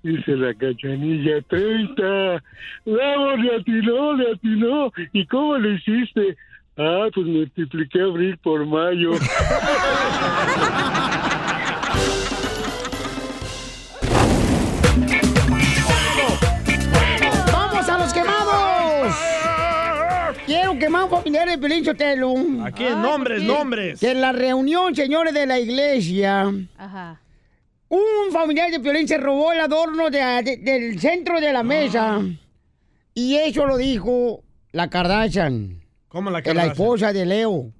Dice la cachanilla, 30. Vamos, le atinó, le atinó. ¿Y cómo lo hiciste? Ah, pues multipliqué abril por mayo. ¡Vamos a los quemados! Quiero quemar un familiar de Pelín Sotelo. Aquí en Ay, nombres, ¿por qué? nombres. Que en la reunión, señores de la iglesia, Ajá. un familiar de Piolín se robó el adorno de- de- del centro de la Ah. mesa. Y eso lo dijo la Kardashian. ¿Cómo la que La Kardashian? esposa de Leo.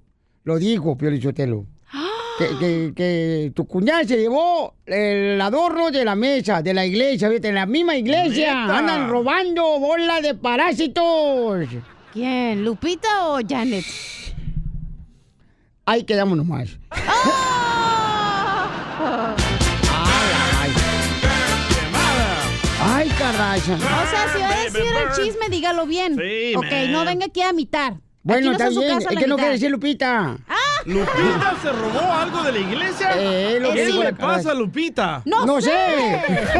Lo dijo Piolín Sotelo. ¡Ah! Que, que- que tu cuñada se llevó el adorno de la mesa, de la iglesia, fíjate, en la misma iglesia. ¡Neta! Andan robando bola de parásitos. ¿Quién? ¿Lupita o Janet? Ahí quedamos nomás. Ay, Kardashian. O sea, si va a decir el chisme, dígalo bien. Sí, ok, man. no venga aquí a mitar. Aquí Bueno, no está su bien. casa Es la que no mitad. quiere decir Lupita. ¡Ah! ¿Lupita se robó algo de la iglesia? Eh, lo ¿Qué que digo, le caray. pasa a Lupita? No No sé. Eso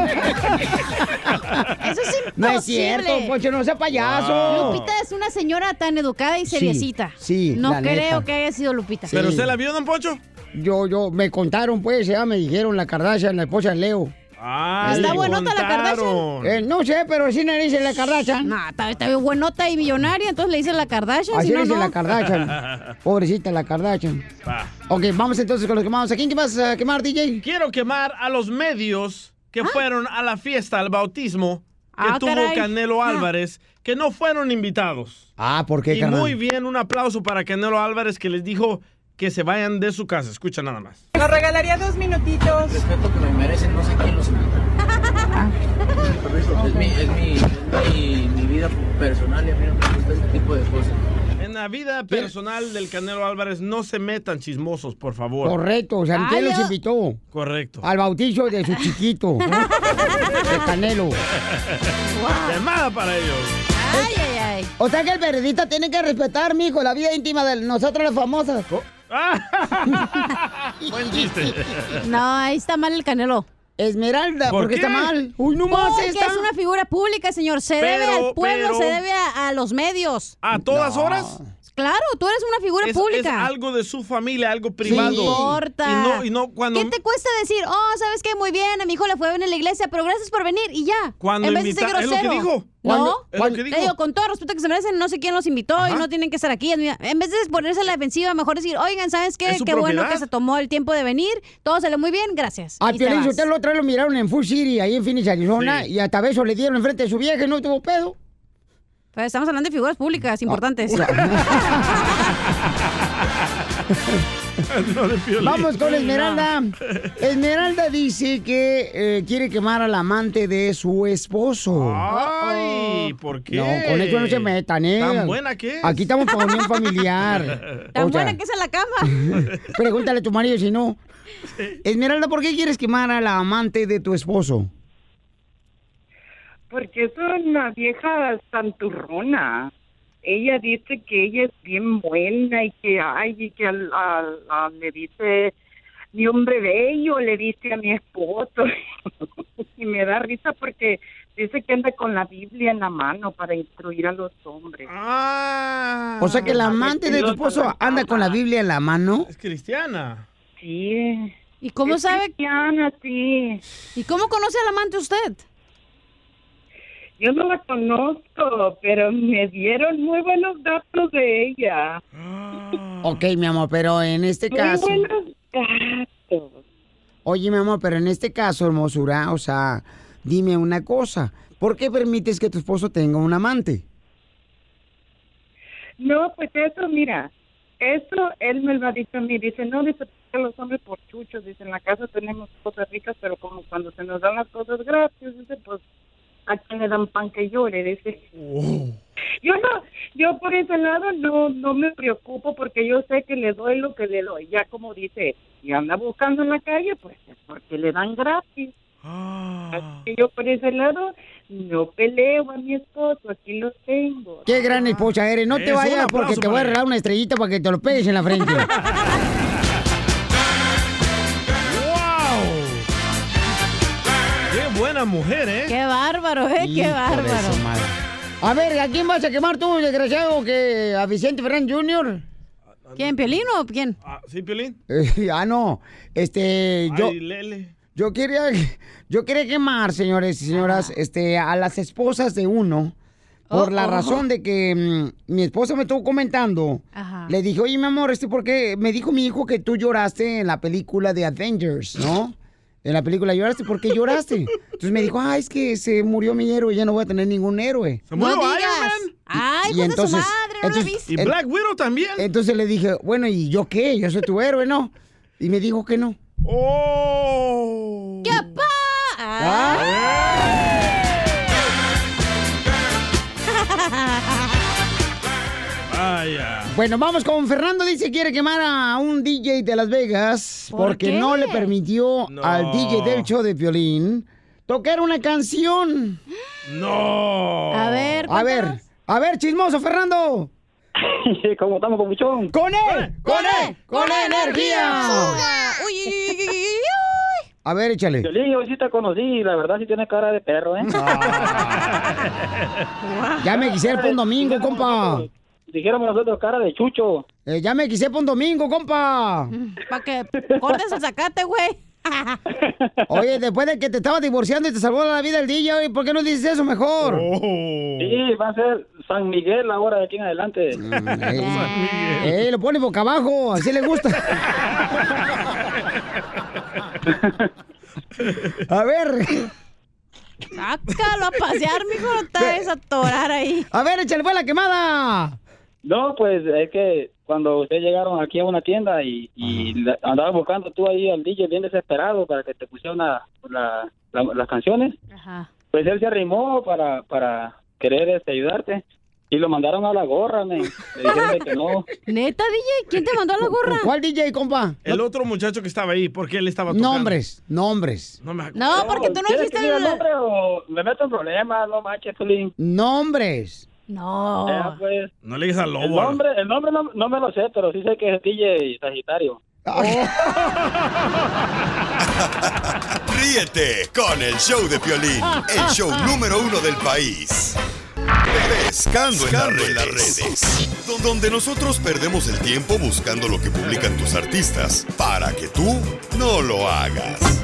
es imposible. No es cierto, Poncho, no sea payaso. Lupita es una señora tan educada y seriecita. sí, No la creo neta. que haya sido Lupita. Sí. ¿Pero usted la vio, don Poncho? Yo, yo, me contaron, pues, ya me dijeron la Kardashian, la esposa de Leo. Ah, ¿Está le buenota la contaron. Eh, no sé, pero sí le dicen la Kardashian. No, está, está bien buenota y millonaria, entonces le dicen la Kardashian. Así si le no, dicen no. la Kardashian. Pobrecita la Kardashian. Va. Ok, vamos entonces con los quemados. ¿A quién vas a quemar, DJ? Quiero quemar a los medios que fueron a la fiesta, al bautismo que Ah, tuvo caray. Canelo Ah. Álvarez, que no fueron invitados. Ah, ¿por qué, y carnal? muy bien, un aplauso para Canelo Álvarez que les dijo que se vayan de su casa. Escucha nada más. Nos regalaría dos minutitos. Respeto que me merecen, no sé quién los invita. es mi, es mi, es mi, mi vida personal y a mí no me gusta ese tipo de cosas. En la vida personal del Canelo Álvarez no se metan chismosos, por favor. Correcto, o sea, ¿quién los invitó? Correcto. Al bautizo de su chiquito. de Canelo. Llamada para ellos. Ay, ay, ay. O sea que el periodista tiene que respetar, mijo, la vida íntima de nosotros las famosas. Ah, Ah. Buen chiste. No, ahí está mal el canelo. Esmeralda, ¿Por porque qué? está mal. Uy, no más Porque esta. es una figura pública, señor. Se debe Pero, al pueblo, pero- se debe a, a los medios. ¿A todas No. horas? Claro, tú eres una figura Es, es pública. algo de su familia, algo privado. No importa. Y no, y no cuando... ¿Qué te cuesta decir, oh, sabes qué, muy bien, a mi hijo le fue bien en la iglesia, pero gracias por venir y ya? Cuando en vez de ser invita- es lo que grosero. dijo. Cuando- No, es lo que le dijo. digo, con todo respeto que se merecen, no sé quién los invitó y no tienen que estar aquí. es mi- En vez de ponerse a la defensiva, mejor decir, oigan, ¿sabes qué? Es su Qué bueno propiedad. que se tomó el tiempo de venir, todo salió muy bien, gracias. A Y te Ah, Piolín vas. usted lo otra vez lo miraron en Full City, ahí en Phoenix, Arizona, y hasta besos le dieron enfrente de su vieja y no tuvo pedo. Ah, Pero Pues, estamos hablando de figuras públicas importantes. No le pido la- Vamos con Esmeralda. Esmeralda dice que eh, quiere quemar al amante de su esposo. Ay, ¿por Ah, qué? No, con eso no se metan, ¿eh? ¿Tan buena que es? Aquí estamos para unión familiar. Tan O sea, buena que es en la cama. Pregúntale a tu marido si no. Esmeralda, ¿por qué quieres quemar a la amante de tu esposo? Porque es una vieja santurrona. Ella dice que ella es bien buena y que ay, y que al, al- al- le dice mi hombre bello, le dice a mi esposo. y me da risa porque dice que anda con la Biblia en la mano para instruir a los hombres. Ah. Ah. O sea Ah, que la amante de tu esposo anda con la Biblia en la mano. Cristiana. Sí. ¿Y cómo Es sabe? Cristiana, sí. ¿Y cómo conoce al amante usted? Yo no la conozco, pero me dieron muy buenos datos de ella. Ok, mi amor, pero en este Muy caso. buenos Ah, datos. Oye, mi amor, pero en este caso, hermosura, o sea, dime una cosa. ¿Por qué permites que tu esposo tenga un amante? No, pues eso, mira, eso él me lo ha dicho a mí. Dice, no, dice, "porque los hombres por chuchos, dice, en la casa tenemos cosas ricas, pero como cuando se nos dan las cosas gratis, dice, pues, ¿a quién le dan pan que llore? Dice. Yo no, yo por ese lado no, no me preocupo porque yo sé que le doy lo que le doy. Ya como dice, y anda buscando en la calle, pues, es porque le dan gratis. Así que yo por ese lado no peleo a mi esposo, aquí lo tengo. Qué gran esposa eres. No te Ah. Es un vayas aplauso porque te voy a para regalar una estrellita para que te lo pegues en la frente. ¡Wow! ¡Qué buena mujer, eh! Qué bárbaro, eh, Hijo qué de bárbaro. su madre. A ver, ¿a quién vas a quemar tú, desgraciado, que a Vicente Fernández Jr.? ¿Quién, Piolín o quién? Ah, ¿Sí, Piolín? Eh, ah, no. Este, yo... Ay, Lele. Yo quería, yo quería quemar, señores y señoras, este, a las esposas de uno. Por Oh, la oh. razón de que mm, mi esposa me estuvo comentando. Ajá. Le dije, oye, mi amor, este, porque me dijo mi hijo que tú lloraste en la película de Avengers, ¿no? En la película lloraste, ¿por qué lloraste? Entonces me dijo, ah, es que se murió mi héroe, ya no voy a tener ningún héroe. ¡Se murió Iron Man! ¡Ay, pues Y entonces, entonces- Y en- Black Widow también. Entonces le dije, bueno, ¿y yo qué? Yo soy tu héroe, ¿no? Y me dijo que no. ¡Oh! ¡Qué pa! Vaya. Bueno, vamos con Fernando. Dice que quiere quemar a un DJ de Las Vegas ¿Por porque qué? no le permitió No. al DJ del show de violín tocar una canción. No. A ver, a ver, a ver, chismoso, Fernando. ¿Cómo estamos, papuchón? ¡Con Eh, él! ¡Con E, él! ¡Con E energía! ¡Uy, uy, uy, uy, uy, A ver, échale. Ah, Violín, hoy sí te conocí y la verdad sí tienes cara de perro, ¿eh? Ya me quise por un domingo, compa. Dijéramos nosotros cara de chucho. Eh, ya me quise por un domingo, compa. Para Mm, que cortes el sacate, güey. Oye, después de que te estabas divorciando y te salvó la vida el DJ, oye, ¿por qué no dices eso mejor? Sí, va a ser San Miguel ahora de aquí en adelante. Ah, Eh, lo pone boca abajo, así le gusta. A ver. Sácalo a pasear, mijo, no te vayas a atorar ahí. A ver, échale fue la quemada. No, pues es que cuando ustedes llegaron aquí a una tienda y, y la- andabas buscando tú ahí al DJ bien desesperado para que te pusiera una- la- la- las canciones, Ajá. pues él se arrimó para, para querer este, ayudarte y lo mandaron a la gorra, men. Le dijeron de que no. ¿Neta, DJ? ¿Quién te mandó a la gorra? ¿Cuál DJ, compa? El otro muchacho que estaba ahí, porque él estaba tocando. Nombres, nombres. No me acuerdo. No, porque tú no ¿Quieres dijiste... que diga el nombre o me meto en problemas? No manches, Tulín. Nombres. No. Ya, pues, No le digas el al lobo. nombre, el nombre no, no me lo sé, pero sí sé que es DJ Sagitario. Ríete con el show de Piolín, el show número uno del país. Pescando en las redes. Donde nosotros perdemos el tiempo buscando lo que publican tus artistas para que tú no lo hagas.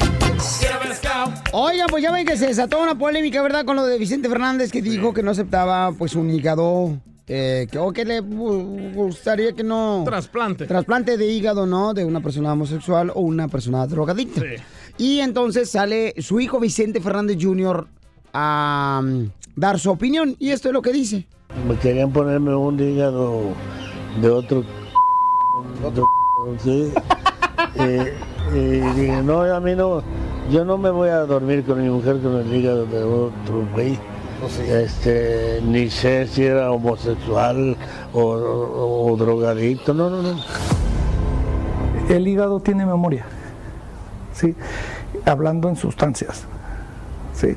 Oigan, pues ya ven que se desató una polémica, ¿verdad? Con lo de Vicente Fernández que dijo que no aceptaba pues un hígado. eh, que, o que le bu- gustaría que no... Trasplante. Trasplante de hígado, ¿no? De una persona homosexual o una persona drogadicta. Y entonces sale su hijo Vicente Fernández Jr. a mm, dar su opinión. Y esto es lo que dice. Me querían ponerme un hígado de otro. otro. sí. Eh, Y, dije, no, a mí no. Yo no me voy a dormir con mi mujer con el hígado de otro güey. Oh, Este, ni sé si era homosexual o, o- o drogadicto. No, no, no. El hígado tiene memoria, ¿sí? hablando en sustancias. ¿sí?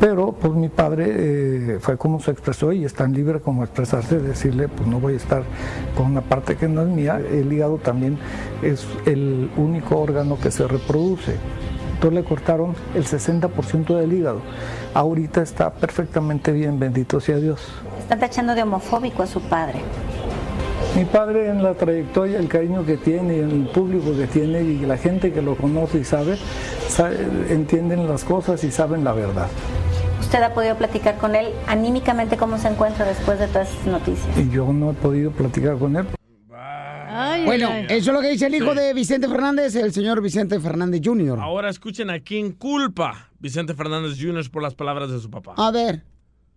Pero pues mi padre eh, fue como se expresó y es tan libre como expresarse, decirle, pues no voy a estar con una parte que no es mía. El hígado también es el único órgano que se reproduce. Entonces le cortaron el 60% del hígado. Ahorita está perfectamente bien, bendito sea Dios. Está tachando de homofóbico a su padre. Mi padre en la trayectoria, el cariño que tiene, el público que tiene y la gente que lo conoce y sabe, sabe- entienden las cosas y saben la verdad. ¿Usted ha podido platicar con él anímicamente cómo se encuentra después de todas estas noticias? Y yo no he podido platicar con él. bueno, ay. eso es lo que dice el hijo Sí. de Vicente Fernández, el señor Vicente Fernández Jr. Ahora escuchen a quién culpa Vicente Fernández Jr. por las palabras de su papá. A ver.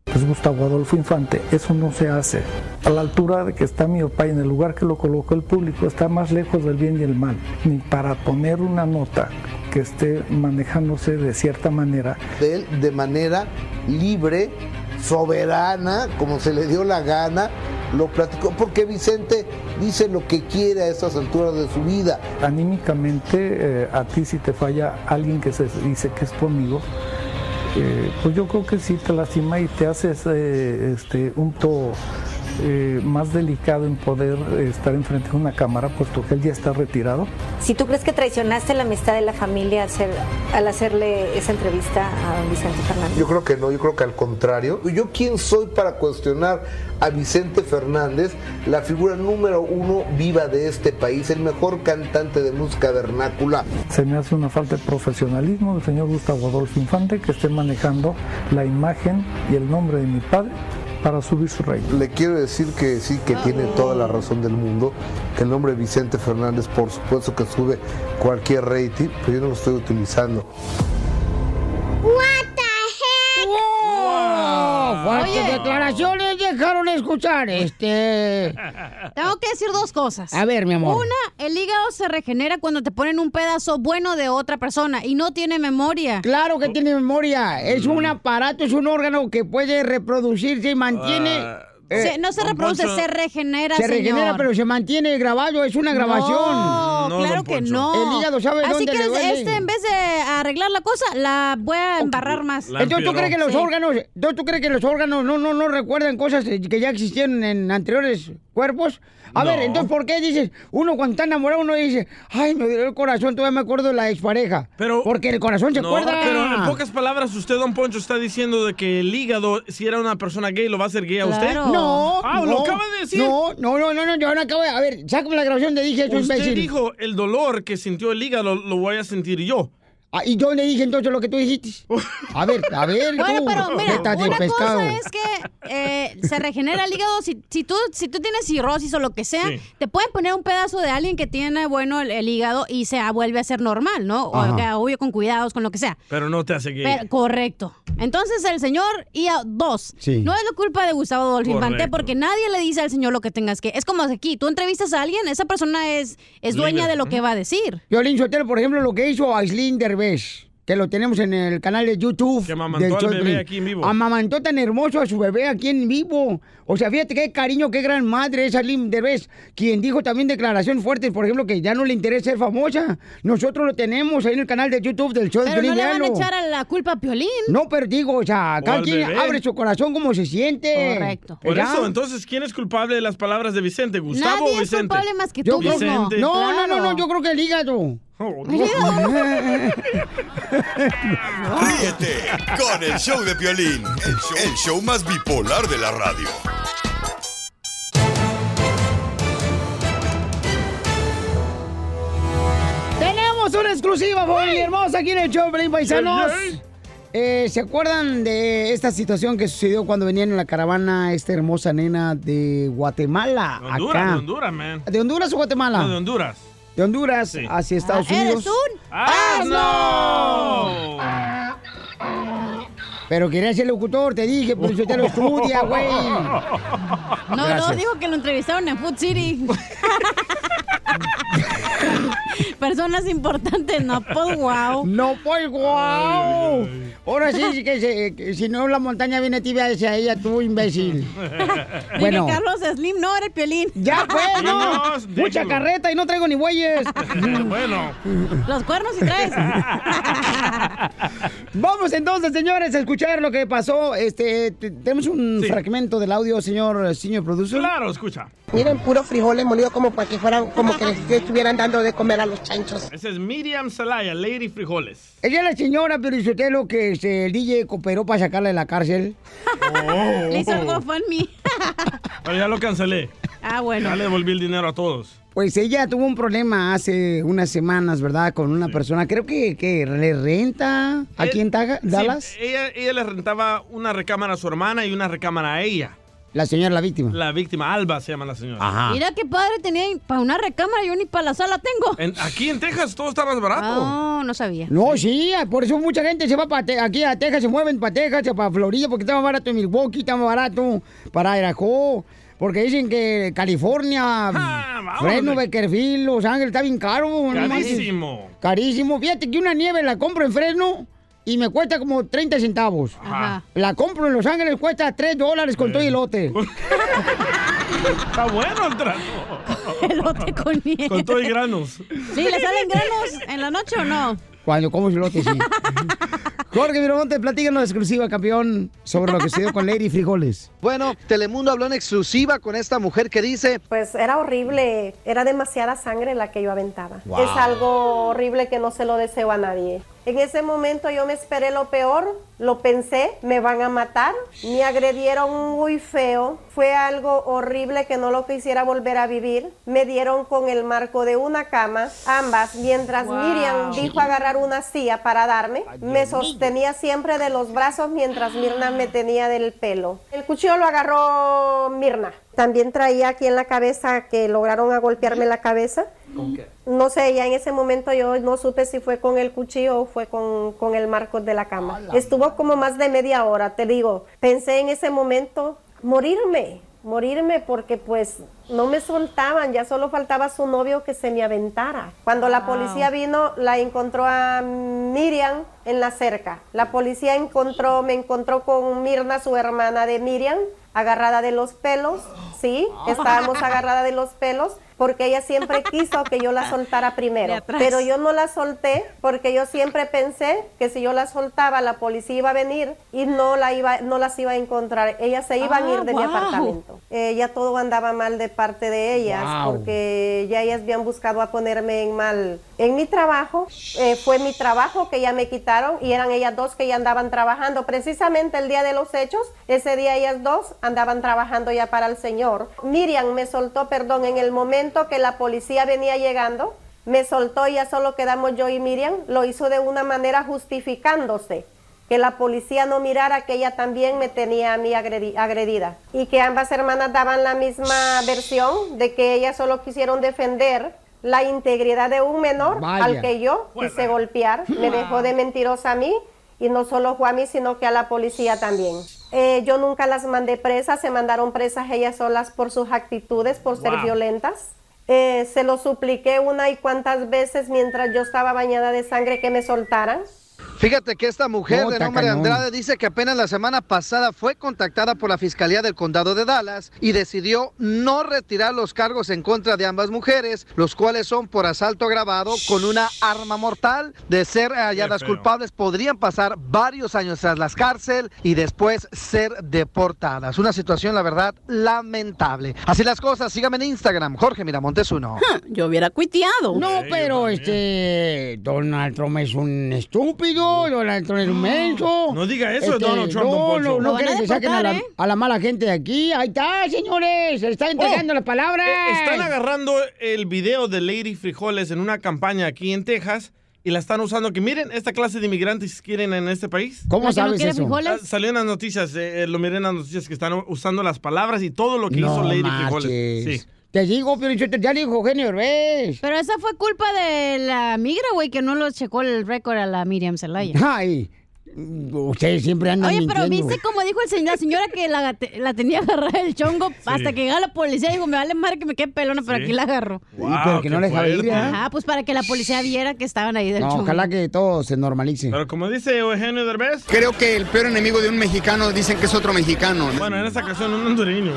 Pues Gustavo Adolfo Infante, eso no se hace. A la altura de que está mi papá y en el lugar que lo colocó el público, está más lejos del bien y el mal. Ni para poner una nota que esté manejándose de cierta manera, de él de manera libre, soberana, como se le dio la gana, lo platicó, porque Vicente dice lo que quiere a estas alturas de su vida. anímicamente eh, a ti si te falla alguien que se dice que es tu amigo, eh, pues yo creo que sí te lastima y te haces eh, este, un poco eh, más delicado en poder eh, estar enfrente de una cámara, puesto que él ya está retirado. Si tú crees que traicionaste la amistad de la familia al, hacer- al hacerle esa entrevista a don Vicente Fernández. Yo creo que no, yo creo que al contrario. ¿Yo quién soy para cuestionar a Vicente Fernández, la figura número uno viva de este país, el mejor cantante de música vernácula? Se me hace una falta de profesionalismo del señor Gustavo Adolfo Infante que esté manejando la imagen y el nombre de mi padre para subir su rey. Le quiero decir que sí, que tiene toda la razón del mundo, que el nombre Vicente Fernández por supuesto que sube cualquier rating, pero yo no lo estoy utilizando. ¡Wow! ¡Fuertes Oye. declaraciones dejaron escuchar! Este... Tengo que decir dos cosas. A ver, mi amor. Una, el hígado se regenera cuando te ponen un pedazo bueno de otra persona y no tiene memoria. Claro Mm. que tiene memoria. Es un aparato, es un órgano que puede reproducirse y mantiene Ah, Se- no se Eh, don reproduce, Poncho. se regenera, Se señor. regenera, pero se mantiene grabado, es una grabación. No, claro que no. El hígado sabe Así dónde que le duele. este, en vez de arreglar la cosa, la voy a embarrar más. Entonces tú crees que los Sí. órganos, entonces, tú crees que los órganos no, no, no recuerdan cosas que ya existieron en anteriores cuerpos. A No. ver, entonces ¿por qué dices, uno cuando está enamorado uno dice, ay, me duele el corazón, todavía me acuerdo de la expareja? Pero porque el corazón se No, acuerda. pero en pocas palabras, usted, don Poncho, está diciendo de que el hígado, si era una persona gay, lo va a hacer gay a usted. No. Ah, no, lo acaba de decir. No, no, no, no, no, yo no acabo de. A ver, sácame la grabación de dije eso, Usted imbécil. dijo, el dolor que sintió el hígado lo voy a sentir yo. Ah, y yo le dije entonces lo que tú dijiste. A ver, a ver, Bueno, tú, pero mira, tetas de una pescado. cosa es que eh, se regenera el hígado. Si, si tú, si tú tienes cirrosis o lo que sea, Sí. te pueden poner un pedazo de alguien que tiene, bueno, el, el hígado y se vuelve a ser normal, ¿no? O, Ajá. que, obvio, con cuidados, con lo que sea. Pero no te hace gay. Pero- correcto. Entonces el señor y a dos. Sí. No es la culpa de Gustavo Dolfín Panté Correcto. porque nadie le dice al señor lo que tengas que. Es como aquí, tú entrevistas a alguien, esa persona es, es dueña Libre. de lo que va a decir. Violín Sotelo, por ejemplo, lo que hizo Aislinn Derbez, que lo tenemos en el canal de YouTube. Que amamantó al bebé aquí en vivo. Amamantó tan hermoso a su bebé aquí en vivo. O sea, fíjate qué cariño, qué gran madre es Aislinn Derbez, quien dijo también declaraciones fuertes, por ejemplo, que ya no le interesa ser famosa. Nosotros lo tenemos ahí en el canal de YouTube del show de Pero no Piolín, le van a véanlo. echar a la culpa a Piolín. No, pero digo, o sea, cada al quien bebé. abre su corazón como se siente. Correcto. Por ¿Verdad? eso, entonces, ¿quién es culpable de las palabras de Vicente? ¿Gustavo Nadie o es Vicente? culpable más que Yo tú creo- mismo. no, no, no, no, yo creo que el hígado. ¿El hígado? Ríete con el show de Piolín, el show, el show más bipolar de la radio. Tenemos una exclusiva, familia hermosa, aquí en el show, de Pelín Paisanos. Yay, Eh, ¿Se acuerdan de esta situación que sucedió cuando venían en la caravana esta hermosa nena de Guatemala? Honduras, acá? de Honduras, man. ¿De Honduras o Guatemala? No, de Honduras. De Honduras Ah, hacia Estados Unidos. ¡Asno! Pero quería ser locutor, te dije, pero yo te lo estudia, güey. No, no, Gracias. dijo que lo entrevistaron en Food City. Personas importantes, no, pues wow. No, pues wow. Ahora sí, sí que, se- que si no la montaña viene tibia hacia ella, tú imbécil. Bueno. Bueno. Carlos Slim, no, era el piolín. Ya, pues, no. Mucha carreta y no traigo ni bueyes. bueno. Los cuernos y traes. Vamos entonces, señores, a escuchar lo que pasó. Este, te- tenemos un fragmento del audio, señor señor producer. Claro, escucha. Miren, puros frijoles molidos como para que fueran, como que les estuvieran dando de comer a los chanchos. Esa es Miriam Salaya, Lady Frijoles. Ella es la señora Pirisotelo que este, el DJ cooperó para sacarla de la cárcel. Le hizo algo fue en mí. Pero ya lo cancelé. Ah, bueno. Ya le devolví el dinero a todos. Pues ella tuvo un problema hace unas semanas, ¿verdad? Con una persona, creo que, que le renta aquí en Taga- Sí, Dallas. ella, ella le rentaba una recámara a su hermana y una recámara a ella. La señora, la víctima. La víctima, Alba se llama la señora. Mira qué padre tenía para una recámara, yo ni para la sala tengo. En- aquí en Texas todo está más barato. No, no sabía. No, sí, por eso mucha gente se va para aquí a Texas, se mueven para Texas, para Florida, porque está más barato en Milwaukee, está más barato para Idaho, porque dicen que California, Fresno, Beckerfield, Los Ángeles, está bien caro. no manches. Carísimo. Carísimo. Fíjate que una nieve la compro en Fresno y me cuesta como 30 centavos. Ajá. Eh. La compro en Los Ángeles, cuesta 3 dólares con todo y elote. Está bueno el trato. Elote con nieve. Con todo y granos. Sí, ¿le salen granos en la noche o no? Cuando como elote, sí. Jorge Miramonte, platícanos exclusiva, campeón, sobre lo que sucedió con Lady Frijoles. Bueno, Telemundo habló en exclusiva con esta mujer que dice, Pues era horrible, era demasiada sangre la que yo aventaba. Wow. Es algo horrible que no se lo deseo a nadie. En ese momento yo me esperé lo peor, lo pensé, me van a matar, me agredieron muy feo, fue algo horrible que no lo quisiera volver a vivir. Me dieron con el marco de una cama, ambas, mientras Wow. Miriam dijo agarrar una silla para darme, me sostenía siempre de los brazos mientras Mirna me tenía del pelo. El cuchillo lo agarró Mirna. También traía aquí en la cabeza que lograron a golpearme la cabeza. No sé, ya en ese momento yo no supe si fue con el cuchillo o fue con, con el marco de la cama. Estuvo como más de media hora, te digo. Pensé en ese momento morirme, morirme porque pues no me soltaban, ya solo faltaba su novio que se me aventara. Cuando la Wow. policía vino, la encontró a Miriam en la cerca. La policía encontró, me encontró con Mirna, su hermana de Miriam. agarrada de los pelos, sí, Ah. estábamos agarrada de los pelos porque ella siempre quiso que yo la soltara primero, atrás. pero yo no la solté porque yo siempre pensé que si yo la soltaba la policía iba a venir y no la iba no las iba a encontrar, ellas se iban a Ah, ir de mi guau. apartamento. Eh, ya todo andaba mal de parte de ellas Guau. porque ya ellas habían buscado a ponerme en mal en mi trabajo, eh, fue mi trabajo que ya me quitaron y eran ellas dos que ya andaban trabajando. Precisamente el día de los hechos, ese día ellas dos andaban trabajando ya para el Señor. Miriam me soltó, perdón, en el momento que la policía venía llegando, me soltó y ya solo quedamos yo y Miriam. Lo hizo de una manera justificándose que la policía no mirara que ella también me tenía a mí agredi- agredida y que ambas hermanas daban la misma versión de que ellas solo quisieron defender la integridad de un menor Vaya. al que yo quise golpear, me dejó de mentirosa a mí y no solo fue a mí sino que a la policía también. Eh, yo nunca las mandé presas, se mandaron presas ellas solas por sus actitudes, por ser Wow. violentas. Eh, se lo supliqué una y cuantas veces mientras yo estaba bañada de sangre que me soltaran. Fíjate que esta mujer No, de está nombre cañón. Andrade dice que apenas la semana pasada fue contactada por la Fiscalía del Condado de Dallas y decidió no retirar los cargos en contra de ambas mujeres, los cuales son por asalto agravado con una arma mortal. De ser halladas culpables podrían pasar varios años tras las cárcel y después ser deportadas. Una situación, la verdad, lamentable. Así las cosas, sígame en Instagram, Jorge Miramontes uno. Yo hubiera cuiteado. No, pero este. Donald Trump es un estúpido, Donald Trump es un menso. Este, No diga eso de Donald Trump, don No, Poncho. no, Lo no van a quieren que saquen a la, deportar, ¿eh? a la mala gente de aquí. Ahí está, señores. Se está entregando las palabras. Eh, Están agarrando el video de Lady Frijoles en una campaña aquí en Texas y la están usando. Que miren esta clase de inmigrantes quieren en este país. ¿Cómo ¿La que no sabes quiere eso? frijoles? Ah, Salió en las noticias, eh, eh, lo miré en las noticias que están usando las palabras y todo lo que No hizo Lady marches. Frijoles. Sí. Te digo, Pio Lichotelo, ya dijo Genio Herbes. Pero esa fue culpa de la migra, güey, que no lo checó el récord a la Miriam Zelaya. Ay, ustedes siempre andan Oye, pero mintiendo, viste güey. cómo dijo el señor, la señora que la, te- la tenía agarrada el chongo hasta que llega la policía y dijo, me vale madre que me quede pelona, pero Sí. aquí la agarró. Y pero que no le dejaba ir, ¿eh? Ajá, pues para que la policía viera que estaban ahí del No, chongo. ojalá que todo se normalice. Pero como dice Eugenio Derbez. Creo que el peor enemigo de un mexicano dicen que es otro mexicano. Bueno, en esta ocasión un hondureño.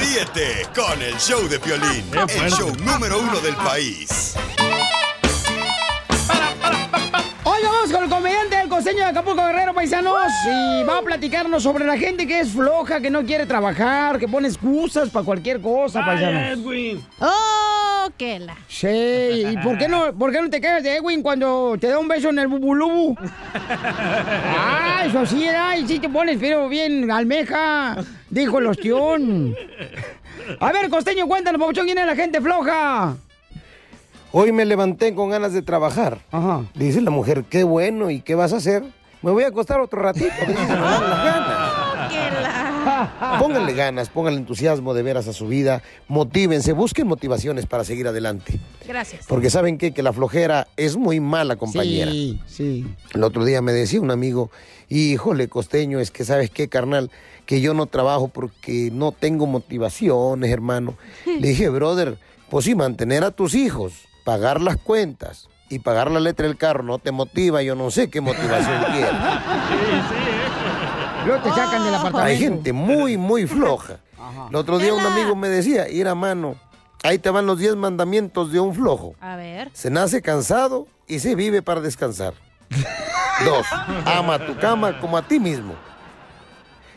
Ríete con el show de Piolín, el show número uno del país. Hoy vamos con el comediante del costeño de Acapulco Guerrero, paisanos. Y va a platicarnos sobre la gente que es floja, que no quiere trabajar, que pone excusas para cualquier cosa, paisanos. Edwin! ¡Oh, qué la! Sí, ¿y por qué no, por qué no te quedas de Edwin cuando te da un beso en el bubulubu? Ah, eso sí era, y sí te pones, pero bien, almeja, dijo el ostión. A ver, costeño, cuéntanos, papuchón, ¿quién es la gente floja? Hoy me levanté con ganas de trabajar. Dice la mujer, qué bueno, ¿y qué vas a hacer? Me voy a acostar otro ratito. Dice, "Me dan las ganas". Pónganle ganas, pónganle entusiasmo de veras a su vida, motívense, busquen motivaciones para seguir adelante. Gracias. Porque saben qué? que la flojera es muy mala compañera. Sí, sí. El otro día me decía un amigo, híjole, costeño, es que sabes qué, carnal, que yo no trabajo porque no tengo motivaciones, hermano. Le dije, brother, pues sí, mantener a tus hijos, pagar las cuentas y pagar la letra del carro no te motiva, yo no sé qué motivación quieres. eh. Luego te sacan del apartamento. Hay gente muy, muy floja. El otro día un amigo me decía, mira, mano, ahí te van los 10 mandamientos de un flojo. A ver. Se nace cansado y se vive para descansar. Dos, ama tu cama como a ti mismo.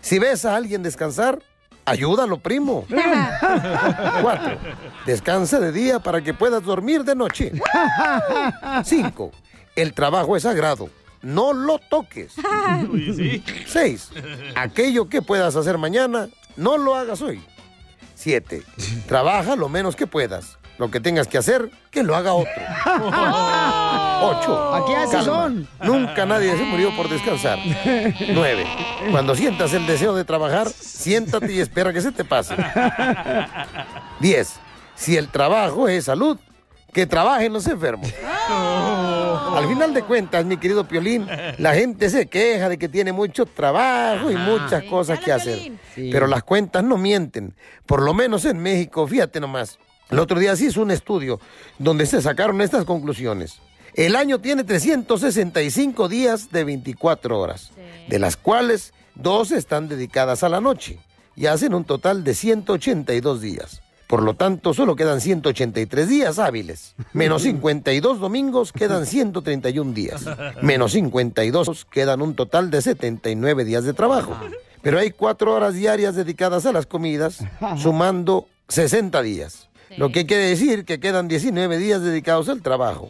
Si ves a alguien descansar, ayúdalo, primo. Cuatro, descansa de día para que puedas dormir de noche. Cinco, el trabajo es sagrado. No lo toques. Seis, aquello que puedas hacer mañana, no lo hagas hoy. Siete, trabaja lo menos que puedas. Lo que tengas que hacer, que lo haga otro. Ah, Ocho. Aquí calma. haces son. Nunca nadie se murió por descansar. Nueve. Cuando sientas el deseo de trabajar, siéntate y espera que se te pase. Diez. Si el trabajo es salud, que trabajen los enfermos. Al final de cuentas, mi querido Piolín, la gente se queja de que tiene mucho trabajo y muchas cosas que hacer. Sí. Pero las cuentas no mienten. Por lo menos en México, fíjate nomás. El otro día sí hizo un estudio donde se sacaron estas conclusiones. El año tiene 365 días de 24 horas, de las cuales dos están dedicadas a la noche y hacen un total de 182 días. Por lo tanto, solo quedan 183 días hábiles. Menos 52 domingos quedan 131 días. Menos 52 quedan un total de 79 días de trabajo. Pero hay cuatro horas diarias dedicadas a las comidas, sumando 60 días. Lo que quiere decir que quedan 19 días dedicados al trabajo.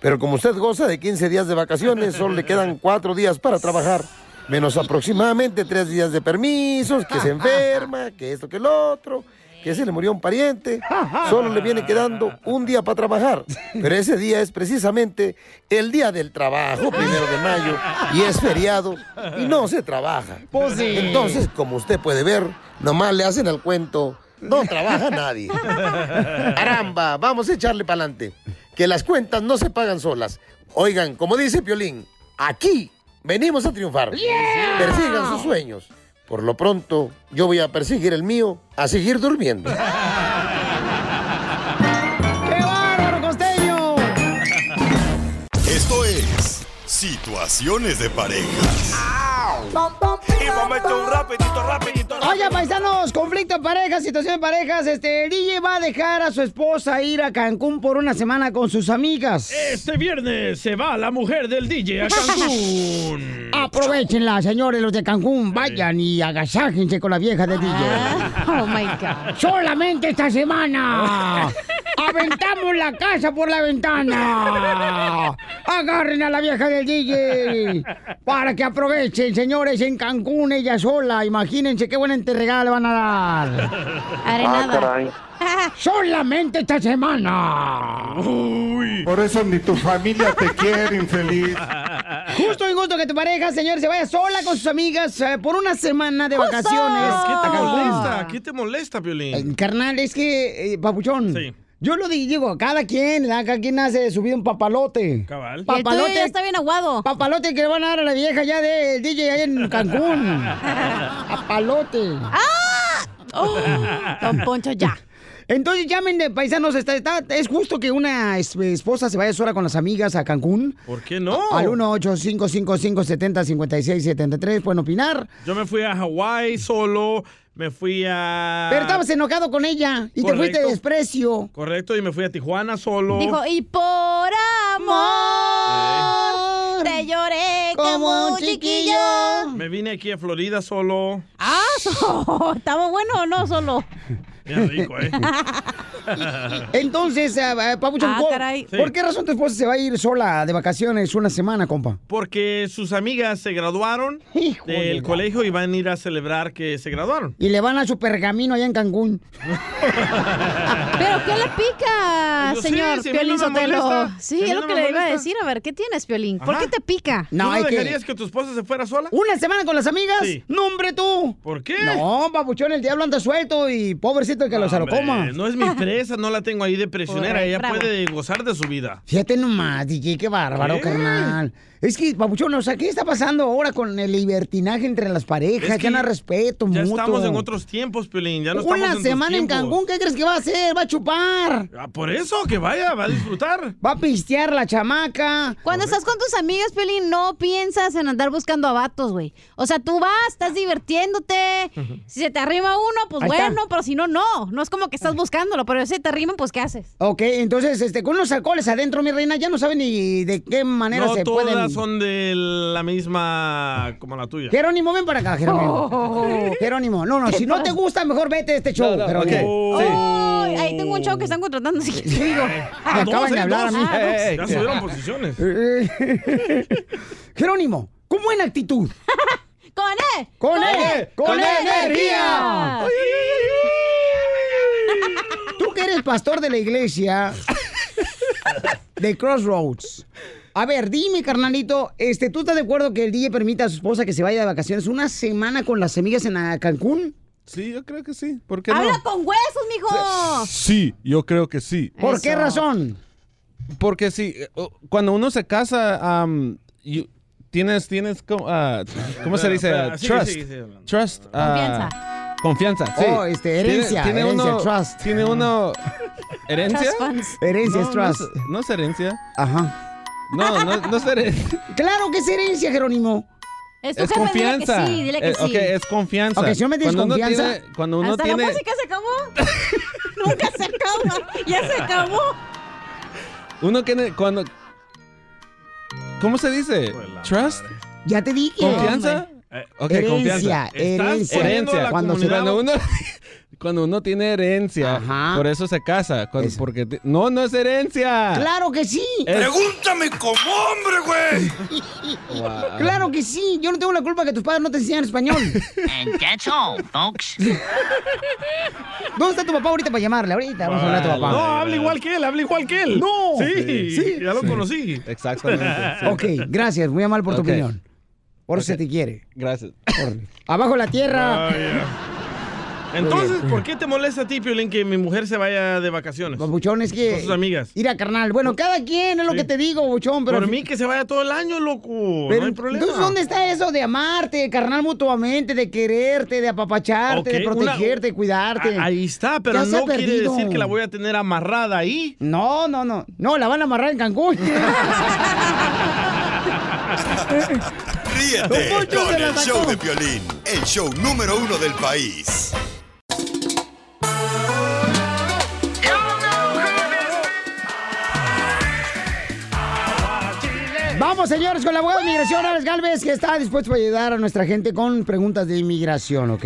Pero como usted goza de 15 días de vacaciones, solo le quedan 4 días para trabajar. Menos aproximadamente 3 días de permisos, que se enferma, que esto, que el otro, que se le murió un pariente. Solo le viene quedando un día para trabajar. Pero ese día es precisamente el día del trabajo, primero de mayo, y es feriado y no se trabaja. Entonces, como usted puede ver, nomás le hacen al cuento, no trabaja nadie. Caramba, vamos a echarle para adelante. Que las cuentas no se pagan solas. Oigan, como dice Piolín, aquí venimos a triunfar. Persigan sus sueños. Por lo pronto, yo voy a perseguir el mío, a seguir durmiendo. ¡Qué bárbaro, costeño! Esto es Situaciones de Parejas. Y momento un rapidito, rapidito. Oye, paisanos, conflicto de parejas, situación de parejas. Este, el DJ va a dejar a su esposa ir a Cancún por una semana con sus amigas. Este viernes se va la mujer del DJ a Cancún. Aprovechenla, señores, los de Cancún. Vayan y agasájense con la vieja del DJ. Oh my God. Solamente esta semana. Aventamos la casa por la ventana. Agarren a la vieja del DJ para que aprovechen, señores, en Cancún ella sola. Imagínense qué buena entregada le van a dar. Ah, Solamente esta semana. Ah, Por eso ni tu familia te quiere, infeliz. Justo y gusto que tu pareja, señor, se vaya sola con sus amigas eh, por una semana de vacaciones. ¿Qué a te Cancún. molesta? ¿Qué te molesta, Piolín? Carnal, es que, eh, papuchón. Yo lo di- digo, cada quien, ¿verdad? cada quien hace su vida un papalote. Cabal. Y el tuyo ya está bien aguado. Papalote que le van a dar a la vieja ya del DJ ahí en Cancún. Papalote. ¡Ah! Don Poncho, ya. Entonces llamen de paisanos, está, está- es justo que una es- esposa se vaya sola con las amigas a Cancún. ¿Por qué Oh. no? Al 1-855-570-5673 pueden opinar. Yo me fui a Hawái solo, me fui a... Pero estabas enojado con ella y te Correcto. fuiste de desprecio. Correcto, y me fui a Tijuana solo. Dijo, y por amor te lloré como un chiquillo. Me vine aquí a Florida solo. Ah, so- ¿estamos buenos o no solo? Bien rico, ¿eh? Entonces, eh, eh, Papuchón, Ah, ¿por- caray. ¿por Sí. qué razón tu esposa se va a ir sola de vacaciones una semana, compa? Porque sus amigas se graduaron del la- colegio y van a ir a celebrar que se graduaron. Y le van a su pergamino allá en Cancún. ¿Pero qué le pica, Pues Yo sé, señor si a mí Piolín no me Sotelo? molesta, si Sí, a mí es lo no que me le iba a molesta. decir. A ver, ¿qué tienes, Piolín? ¿Por Ajá. qué te pica? ¿Tú ¿No, dejarías que... tu esposa se fuera sola? ¿Una semana con las amigas? Sí. ¡No, hombre, tú! ¿Por qué? No, papuchón, el diablo anda suelto y pobrecito el que lo se lo Hombre, coma. No es Ah. mi presa, no la tengo ahí de presionera. Ella Correcto. puede gozar de su vida. Fíjate nomás, DJ, qué bárbaro, ¿Qué? carnal. Es que, papuchón, o sea, ¿qué está pasando ahora con el libertinaje entre las parejas? Es que que no hay respeto Ya mutuo. estamos en otros tiempos, Piolín. Ya no estamos Una en tus semana en tiempos. Cancún, ¿qué crees que va a hacer? Va a chupar. Ah, por eso, que vaya, va a disfrutar. Va a pistear la chamaca. Cuando estás con tus amigas, Piolín, no piensas en andar buscando a vatos, güey. O sea, tú vas, estás divirtiéndote. Si se te arrima uno, pues Ahí está. bueno, pero si no, no. No es como que estás buscándolo, pero si te arriman, pues ¿qué haces? Ok, entonces, este, con los alcoholes adentro, mi reina, ya no saben ni de qué manera no se todas pueden. son de la misma como la tuya. Jerónimo, ven para acá, Jerónimo. Jerónimo, no, no, si no te gusta, mejor vete de este show. Oh. no, Jerónimo. ok, sí. Ay, ahí tengo un show que están contratando, así que te digo. Me acaban Dos, de eh, hablar a dos. mí. Ah, Ya subieron posiciones. Eh, Jerónimo, con buena actitud. ¡Con E, él! Con él, con E energía. Tú que eres pastor de la iglesia de Crossroads. A ver, dime, carnalito, este, ¿tú estás de acuerdo que el DJ permita a su esposa que se vaya de vacaciones una semana con las amigas en ah, Cancún? Sí, yo creo que sí. ¿Por qué ¡Habla no? con huesos, mijo! Sí, yo creo que sí. ¿Por qué razón? Porque sí, eh, o- cuando uno se casa, am, you- tienes, tienes, co- ah, ¿cómo se Espera, dice? espera, Ah, sigue, trust. sigue, sigue hablando. Trust. ah, Confianza, sí. Oh, este, herencia, herencia, uno, trust. Tiene uno... ¿Herencia? Trust funds. Herencia es No, no es- trust. No es herencia. Ajá. No, no, no es herencia. Claro que es herencia, Jerónimo. Es tu Es jefe, dile que confianza. sí, dile que Eh, ok, sí. es confianza. Ok, si no me tienes uno confianza- tiene- cuando uno ¿Hasta tiene. la música se acabó? Nunca se acaba. Ya se acabó. Uno que. Cuando, ¿Cómo se dice? Trust. Ya te dije. ¿Confianza? Hombre. Ok, Herencia, confianza. herencia. Herencia. Cuando Cuando, se- uno, cuando uno tiene herencia, por eso se casa. cuando- porque te- no, no es herencia. Claro que sí. Es- Pregúntame como hombre, güey. Wow. Ah. Claro que sí. Yo no tengo la culpa que tus padres no te enseñan español. And that's all, folks. ¿Dónde está tu papá ahorita para llamarle? Ahorita vamos a hablar a tu papá. No, habla igual que él, habla igual que él. No. Sí, Sí. ya lo Sí. conocí. Exactamente. Ok, gracias. Muy amable por tu Ok. opinión. Por eso se te quiere. Gracias. Abajo la tierra. Ah, Entonces, ¿por qué te molesta a ti, Piolín, que mi mujer se vaya de vacaciones? Papuchón, es que. Con sus amigas. Mira, carnal. Bueno, cada quien es lo que te digo, buchón. Pero Por mí que se vaya todo el año, loco. Pero, no hay problema. Entonces, ¿dónde está eso de amarte, carnal mutuamente, de quererte, de apapacharte, de Ok, una- protegerte, de cuidarte? A- ahí está, pero Ya se ha no quiere perdido. decir que la voy a tener amarrada ahí. No, no, no. No, la van a amarrar en Cancún. Ríete Don Poncho con se la el sacó. show de Piolín, el show número uno del país. Vamos, señores, con la abogada de inmigración, Alex Galvez, que está dispuesto a ayudar a nuestra gente con preguntas de inmigración, ¿ok?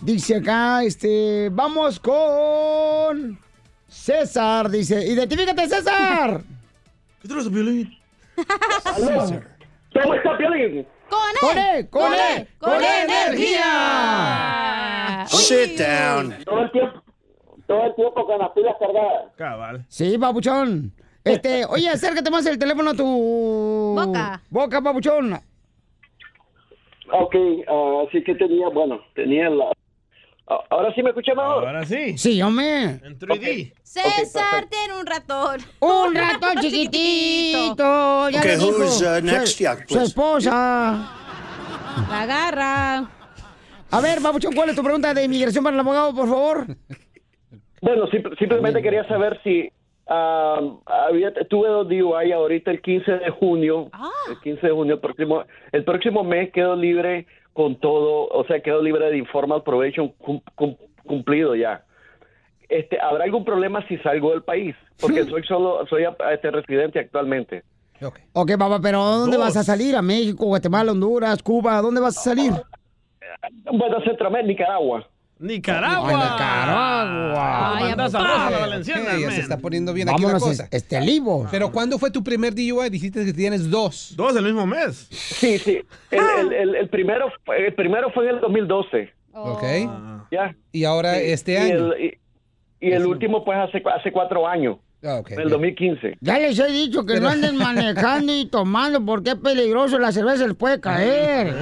Dice acá, este, vamos con César, dice, identifícate, César. ¿Qué traes, Piolín? ¿Cómo está, Piolín? ¡Con él! ¡Con él! Ah. ¡Con energía! Sit down. Todo el tiempo, todo el tiempo con las pilas cargadas. Cabal. Sí, papuchón. Este, oye, acércate más el teléfono a tu... Boca. Boca, papuchón. Ok, ah, así que tenía, bueno, tenía la... ah, ¿Ahora sí me escucha mejor? Ahora sí. Sí, hombre. En 3D. César tiene un ratón. Un ratón chiquitito. Ya Okay, le dijo. who's, uh, next, Su- Jack, Su please? esposa. La agarra. A ver, papuchón, ¿cuál es tu pregunta de inmigración para el abogado, por favor? Bueno, simp- simplemente quería saber si... ah, había, tuve dos DUI ahorita el 15 de junio. El 15 de junio, el próximo, el próximo mes quedo libre con todo, o sea, quedo libre de informal probation cum- cum- cumplido ya. Este, ¿Habrá algún problema si salgo del país? Porque soy solo, soy ah, este, residente actualmente. Ok, papá, pero ¿a dónde vas a salir? ¿A México, Guatemala, Honduras, Cuba? ¿A dónde vas a salir? Bueno, Centroamérica, Nicaragua. Nicaragua. Ay, Nicaragua. Ay, Mandas a Rosa, la Valenciana, Ey, ya se man. está poniendo bien aquí Vámonos, la cosa. este libro. Pero ¿cuándo fue tu primer DUI? Dijiste que tienes dos. Dos el mismo mes. Sí, sí. El, Ah. el- el- el primero, fue- el primero fue en el 2012. Ok. Ya. Y ahora este y año. el- y y el último, pues, hace, hace cuatro años. en el 2015. Ya les he dicho que no anden manejando y tomando porque es peligroso, la cerveza les puede caer.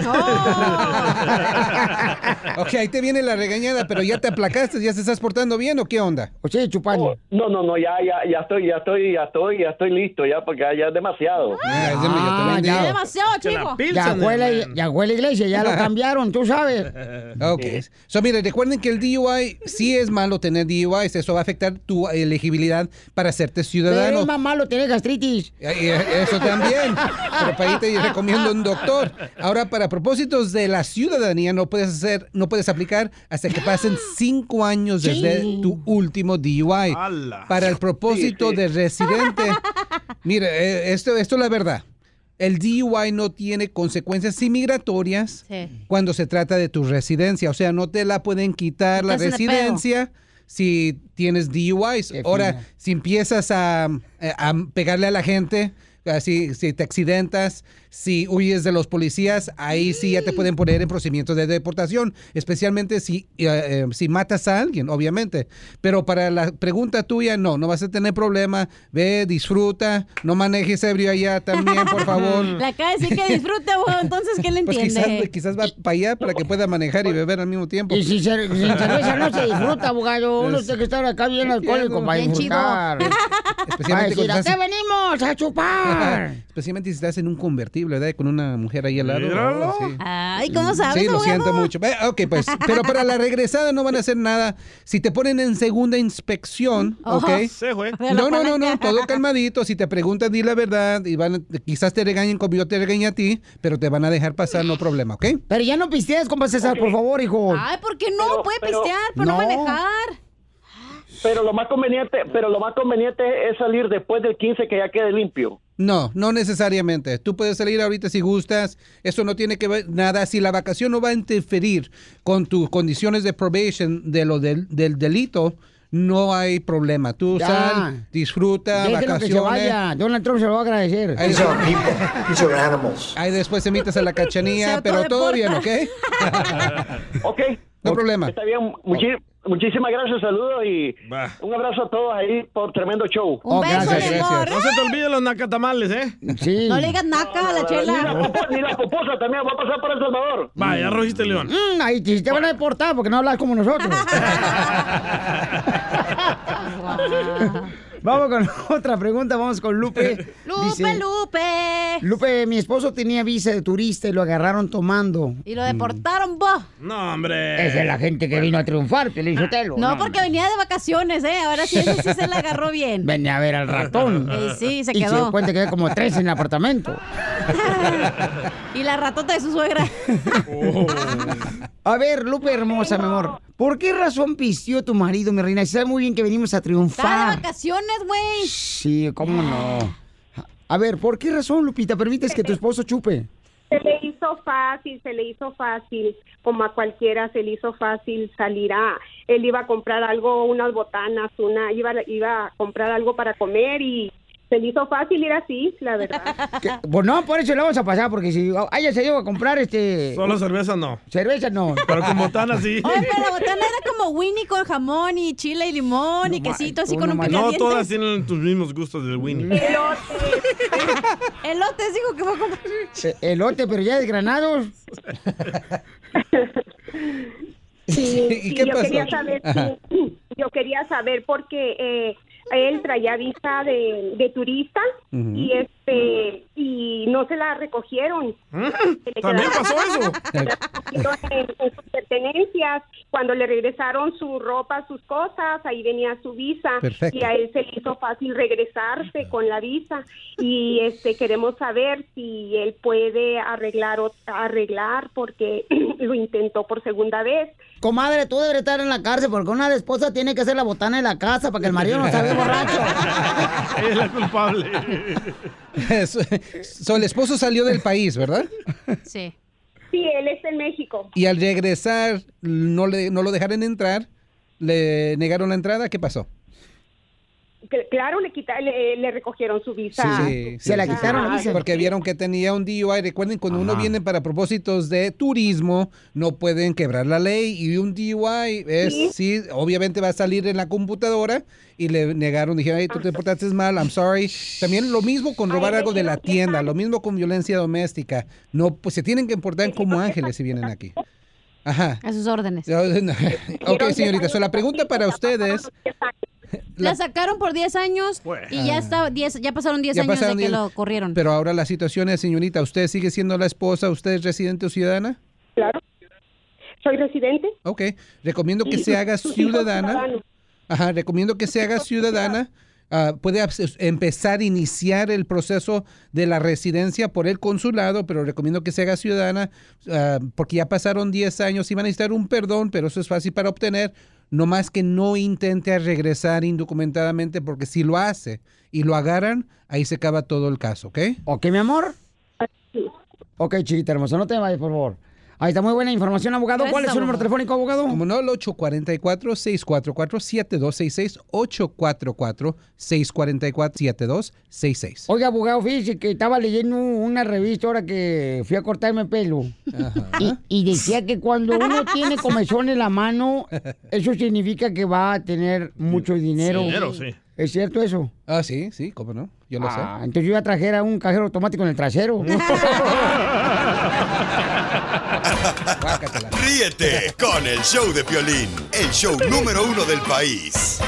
Ok, ahí te viene la regañada, pero ya te aplacaste, ya te estás portando bien o qué onda? Oh, Oye, chupando. No, no, no, ya, ya, ya estoy, ya estoy, ya estoy, ya estoy listo, ya, porque ya, ya es demasiado. Ah, ya es demasiado, chico. Ya fue, la, ya fue la iglesia, ya lo cambiaron, tú sabes. Ah, Ok. So, mire, recuerden que el DUI sí es malo tener DUI, eso va a afectar tu elegibilidad para hacerte Pero es ciudadano. más malo tener gastritis. Y e- Eso también. Pero para ahí te recomiendo un doctor. Ahora, para propósitos de la ciudadanía, no puedes hacer, no puedes aplicar hasta que pasen cinco años desde Sí. tu último DUI. Ala. Para el propósito Sí, sí. de residente, mire, eh, esto, esto es la verdad. El DUI no tiene consecuencias inmigratorias cuando se trata de tu residencia. O sea, no te la pueden quitar la Estás en el pedo. residencia si tienes DUIs. Ahora, fina. si empiezas a, eh, a pegarle a la gente, así, si te accidentas, si huyes de los policías, ahí sí ya te pueden poner en procedimientos de deportación, especialmente si, eh, eh, si matas a alguien, obviamente. Pero para la pregunta tuya, no, no vas a tener problema. Ve, disfruta, no manejes ebrio allá también, por favor. Le acaba de decir que disfrute, abogado. Entonces, ¿qué le Pues entiende? quizás, quizás va para allá para que pueda manejar y beber al mismo tiempo. Y sin, cer- sin cerveza no se disfruta, abogado. Uno tiene que estar acá bien alcohólico para Bien chido. disfrutar. Va a Especialmente decir, cuando "¿A qué estás- venimos a chupar. ¡Ay! Especialmente si estás en un convertible, ¿verdad? Con una mujer ahí al lado. Míralo. Sí. Mm, Ay, ¿cómo sabes, Sí, lo abogado? siento mucho. Ve, Ok, pues, pero para la regresada no van a hacer nada. Si te ponen en segunda inspección, Oh, ¿ok? se fue. No, no, no, no, todo calmadito. Si te preguntan, di la verdad y van, a- quizás te regañen como yo te regañé a ti, pero te van a dejar pasar, no problema, ¿ok? Pero ya no pistees, compa César, por favor, hijo. Ay, ¿por qué no? Puede pero- pistear, pero no, No. manejar. Pero lo más conveniente, pero lo más conveniente es salir después del 15 que ya quede limpio. No, no necesariamente. Tú puedes salir ahorita si gustas. Eso no tiene que ver nada. Si la vacación no va a interferir con tus condiciones de probation de lo del, del delito, no hay problema. Tú Ya. sal, disfruta, Déjenlo que se vaya. vacaciones. Donald Trump se lo va a agradecer. Ahí Ahí después emites a la cachanía, pero todo bien, ¿ok? ok. No problema. Está bien, muchi- muchísimas gracias, saludos y un abrazo a todos ahí por tremendo show. Un Oh, beso, gracias, mi amor. No se te olviden los nacatamales, ¿eh? Sí. No le digas naca a Ni la la, chela. pupu- ni la pupusa también va a pasar por El Salvador. Vaya, rugiste el león. Mm, ahí te, te van a deportar porque no hablas como nosotros. vamos con otra pregunta, vamos con Lupe. Lupe, Dice, Lupe. Lupe, mi esposo tenía visa de turista y lo agarraron tomando. Mm. Y lo deportaron vos. No, hombre. Esa es la gente que vino a triunfar, Piolín Sotelo. No, porque venía de vacaciones, ¿eh? Ahora sí, ese sí se la agarró bien. Venía a ver al ratón. Ey, sí, se Y se quedó. dio cuenta que había como tres en el apartamento. Y la ratota de su suegra. A ver, Lupe hermosa, mi amor. ¿Por qué razón pistió tu marido, mi reina? Si sabe muy bien que venimos a Está de triunfar. vacaciones, güey. Sí, cómo no. A ver, ¿por qué razón, Lupita, permites que tu esposo chupe? Se le hizo fácil, se le hizo fácil, como a cualquiera se le hizo fácil salir a, él iba a comprar algo, unas botanas, una, iba, iba a comprar algo para comer y se le hizo fácil ir así, la verdad. Pues no, por eso le vamos a pasar, porque si ella se lleva a comprar este... Solo cerveza no. Cerveza no. Pero con botana sí. Oye, pero la botana era como Winnie con jamón y chile y limón y quesito, así con un No picadiente. todas tienen tus mismos gustos del Mm. Winnie. Elotes, dijo que fue a comprar. E- Elote, pero ya desgranados. Sí, ¿Y sí, qué yo pasó? quería saber, Ajá. sí, yo quería saber porque eh, él traía visa de, de turista Ujú. y este y no se la recogieron. Se le ¿Mm? ¿También quedaron- pasó eso? se la recogieron en, en sus pertenencias. Cuando le regresaron su ropa, sus cosas, ahí venía su visa Perfecto. y a él se le hizo fácil regresarse con la visa y este queremos saber si él puede arreglar o- arreglar porque lo intentó por segunda vez. Comadre, tú deberías estar en la cárcel porque una esposa tiene que hacer la botana en la casa para que el marido no sabe borracho. Ella es la culpable. So- so, el esposo salió del país, ¿verdad? Sí. Sí, él está en México. Y al regresar no, le, no lo dejaron entrar, le negaron la entrada, ¿qué pasó? Cl- Claro, le, quita, le, le recogieron su visa. sí. Porque vieron que tenía un DUI. Recuerden, cuando uno viene para propósitos de turismo, no pueden quebrar la ley. Y un DUI es, sí, Sí. obviamente va a salir en la computadora. Y le negaron, dijeron, "Ay, tú te portaste mal, I'm sorry. También lo mismo con robar algo de la tienda, lo mismo con violencia doméstica. No, pues se tienen que portar como ángeles si vienen aquí. Ajá. A sus órdenes. Ok, señorita, so la pregunta para ustedes. La sacaron por 10 años y ya, está, 10 ya pasaron 10 Ya años pasaron de que 10. lo corrieron. Pero ahora la situación es, señorita, ¿usted sigue siendo la esposa? ¿Usted es residente o ciudadana? Claro. Soy residente. Ok. Recomiendo que Sí. se haga Sus hijos ciudadana. ciudadanos. Ajá, recomiendo que se haga ciudadana. Ah, puede abs- empezar, iniciar el proceso de la residencia por el consulado, pero recomiendo que se haga ciudadana ah, porque ya pasaron 10 años y van a necesitar un perdón, pero eso es fácil para obtener. No más que no intente regresar indocumentadamente porque si lo hace y lo agarran, ahí se acaba todo el caso, ¿ok? Ok, mi amor. Ok, chiquita hermosa, no te vayas, por favor. Ahí está muy buena información, abogado. ¿Cuál es su número telefónico? abogado? Como no, el 844-644-7266. 844-644-7266. Oiga, abogado, fíjese que estaba leyendo una revista ahora que fui a cortarme pelo. Y, y decía que cuando uno tiene comezón en la mano, eso significa que va a tener mucho dinero. Dinero, sí. ¿Es cierto eso? Ah, sí, sí, cómo no. Yo lo Ah, entonces yo iba a trajera un cajero automático en el trasero. Ah. Ríete con el show de Piolín, el show número uno del país.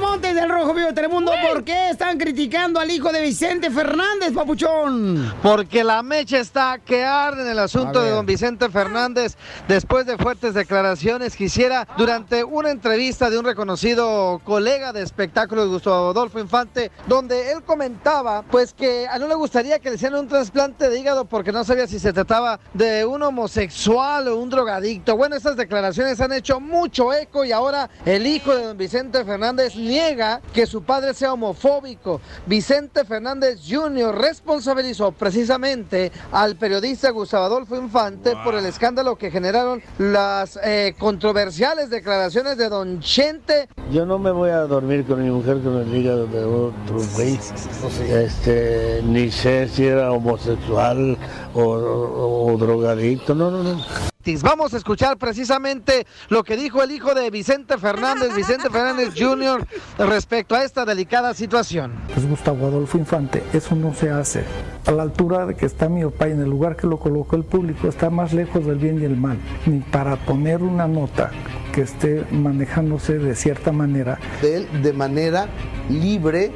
Montes del Rojo Vivo de Telemundo, ¿por qué están criticando al hijo de Vicente Fernández, papuchón? Porque la mecha está que arde en el asunto de don Vicente Fernández después de fuertes declaraciones que hiciera durante una entrevista de un reconocido colega de espectáculos, Gustavo Adolfo Infante, donde él comentaba pues que a no le gustaría que le hicieran un trasplante de hígado porque no sabía si se trataba de un homosexual o un drogadicto. Bueno, estas declaraciones han hecho mucho eco y ahora el hijo de don Vicente Fernández niega que su padre sea homofóbico. Vicente Fernández Jr. responsabilizó precisamente al periodista Gustavo Adolfo Infante por el escándalo que generaron las eh, controversiales declaraciones de don Chente Yo no me voy a dormir con mi mujer con el hígado de otro güey. Oh, Este, ni sé si era homosexual o, o- o drogadicto. No, no, no. Ortiz. Vamos a escuchar precisamente lo que dijo el hijo de Vicente Fernández, Vicente Fernández Jr., respecto a esta delicada situación. Es Gustavo Adolfo Infante, eso no se hace. A la altura de que está mi papá y en el lugar que lo colocó el público está más lejos del bien y el mal. Ni para poner una nota que esté manejándose de cierta manera. de él de manera libre,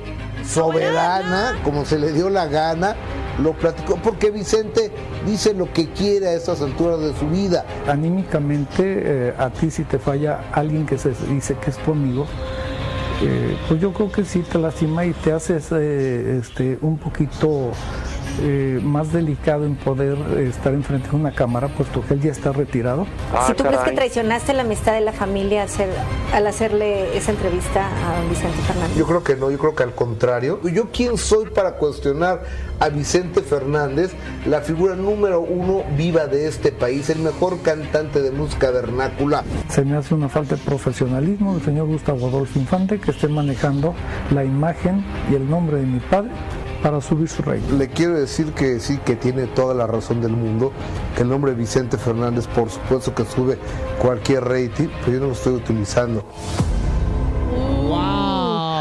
soberana, como se le dio la gana, lo platicó, porque Vicente dice lo que quiere a esas alturas de su vida. Anímicamente eh, a ti si te falla alguien que se dice que es tu amigo, eh, pues yo creo que sí te lastima y te haces eh, este, un poquito eh, más delicado en poder eh, estar enfrente de una cámara, puesto que él ya está retirado. Si tú crees que traicionaste la amistad de la familia hacer- al hacerle esa entrevista a don Vicente Fernández. Yo creo que no, yo creo que al contrario. Yo quién soy para cuestionar a Vicente Fernández, la figura número uno viva de este país, el mejor cantante de música vernácula. Se me hace una falta de profesionalismo del señor Gustavo Adolfo Infante que esté manejando la imagen y el nombre de mi padre para subir su rating. Le quiero decir que sí, que tiene toda la razón del mundo, que el nombre Vicente Fernández por supuesto que sube cualquier rating, pero yo no lo estoy utilizando.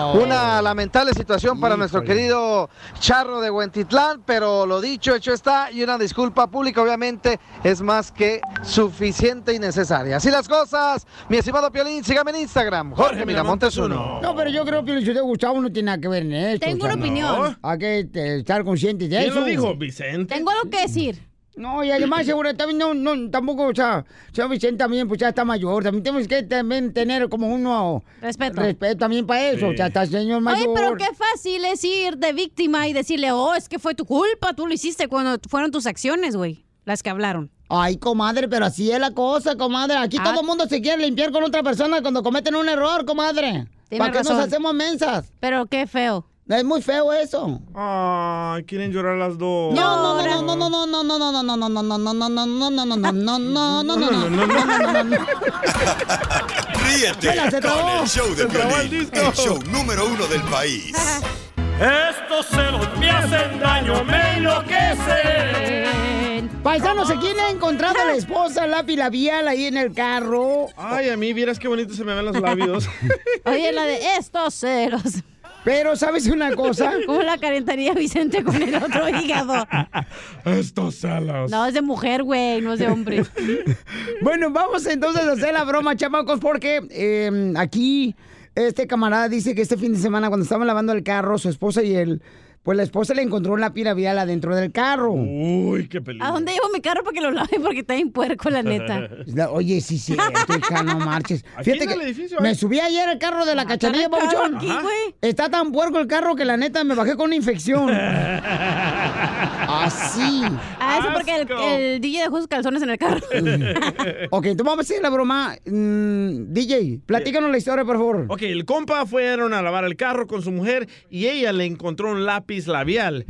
Una lamentable situación para nuestro querido Charro de Huentitlán, pero lo dicho, hecho está, y una disculpa pública obviamente es más que suficiente y necesaria. Así las cosas, mi estimado Piolín, sígame en Instagram, Jorge Miramontes 1. No, pero yo creo que el señor Gustavo no tiene nada que ver en esto. Tengo una opinión. Hay que eh, estar conscientes de ¿Quién eso. lo dijo? ¿Vicente? Tengo algo que decir. No, y además, seguro, también no, no, tampoco, o sea, señor Vicente también, pues ya está mayor, también tenemos que también tener como uno... Respeto. Respeto también para eso, Sí. o sea, está señor Oye, mayor. pero qué fácil es ir de víctima y decirle, oh, es que fue tu culpa, tú lo hiciste cuando fueron tus acciones, güey, las que hablaron. Ay, comadre, pero así es la cosa, comadre. Ah. Aquí todo el mundo se quiere limpiar con otra persona cuando cometen un error, comadre. Tiene ¿Para qué nos razón. hacemos mensas? Pero qué feo. Es muy feo eso. Ah, quieren llorar las dos. No, no, no, no, no, no, no, no, no, no, no, no, no, no, no, no, no, no, no, no, no, no, no, no, no. Ríete Vela, se trabó. con el show de Se trabó el Piolín, disco. el show número uno del país. Estos celos me hacen daño, me enloquecen. Paisanos, ¿a quién ha encontrado a la esposa la labial ahí en el carro? Ay, a mí, vieras qué bonito se me ven los labios. Oye, la de estos ceros. Pero, ¿sabes una cosa? ¿Cómo la calentaría Vicente con el otro hígado? Estos celos. No, es de mujer, güey, no es de hombre. Bueno, vamos entonces a hacer la broma, chamacos, porque eh, aquí este camarada dice que este fin de semana cuando estaban lavando el carro, su esposa y él, pues la esposa le encontró una pila vial adentro del carro. Uy, qué ¿A dónde llevo mi carro para que lo lave? Porque está en puerco, la neta. La- Oye, sí, sí, hija, no marches. Aquí Fíjate en el que edificio, me ¿eh? subí ayer al carro de la cachanilla, está el carro babuchón. aquí, Ajá. güey. Está tan puerco el carro que la neta me bajé con una infección. Ah. Así. Ah, eso porque el, el DJ dejó sus calzones en el carro. ok, entonces vamos a hacer la broma. Mm, DJ, platícanos la historia, por favor. Ok, el compa fueron a lavar el carro con su mujer y ella le encontró un lápiz labial.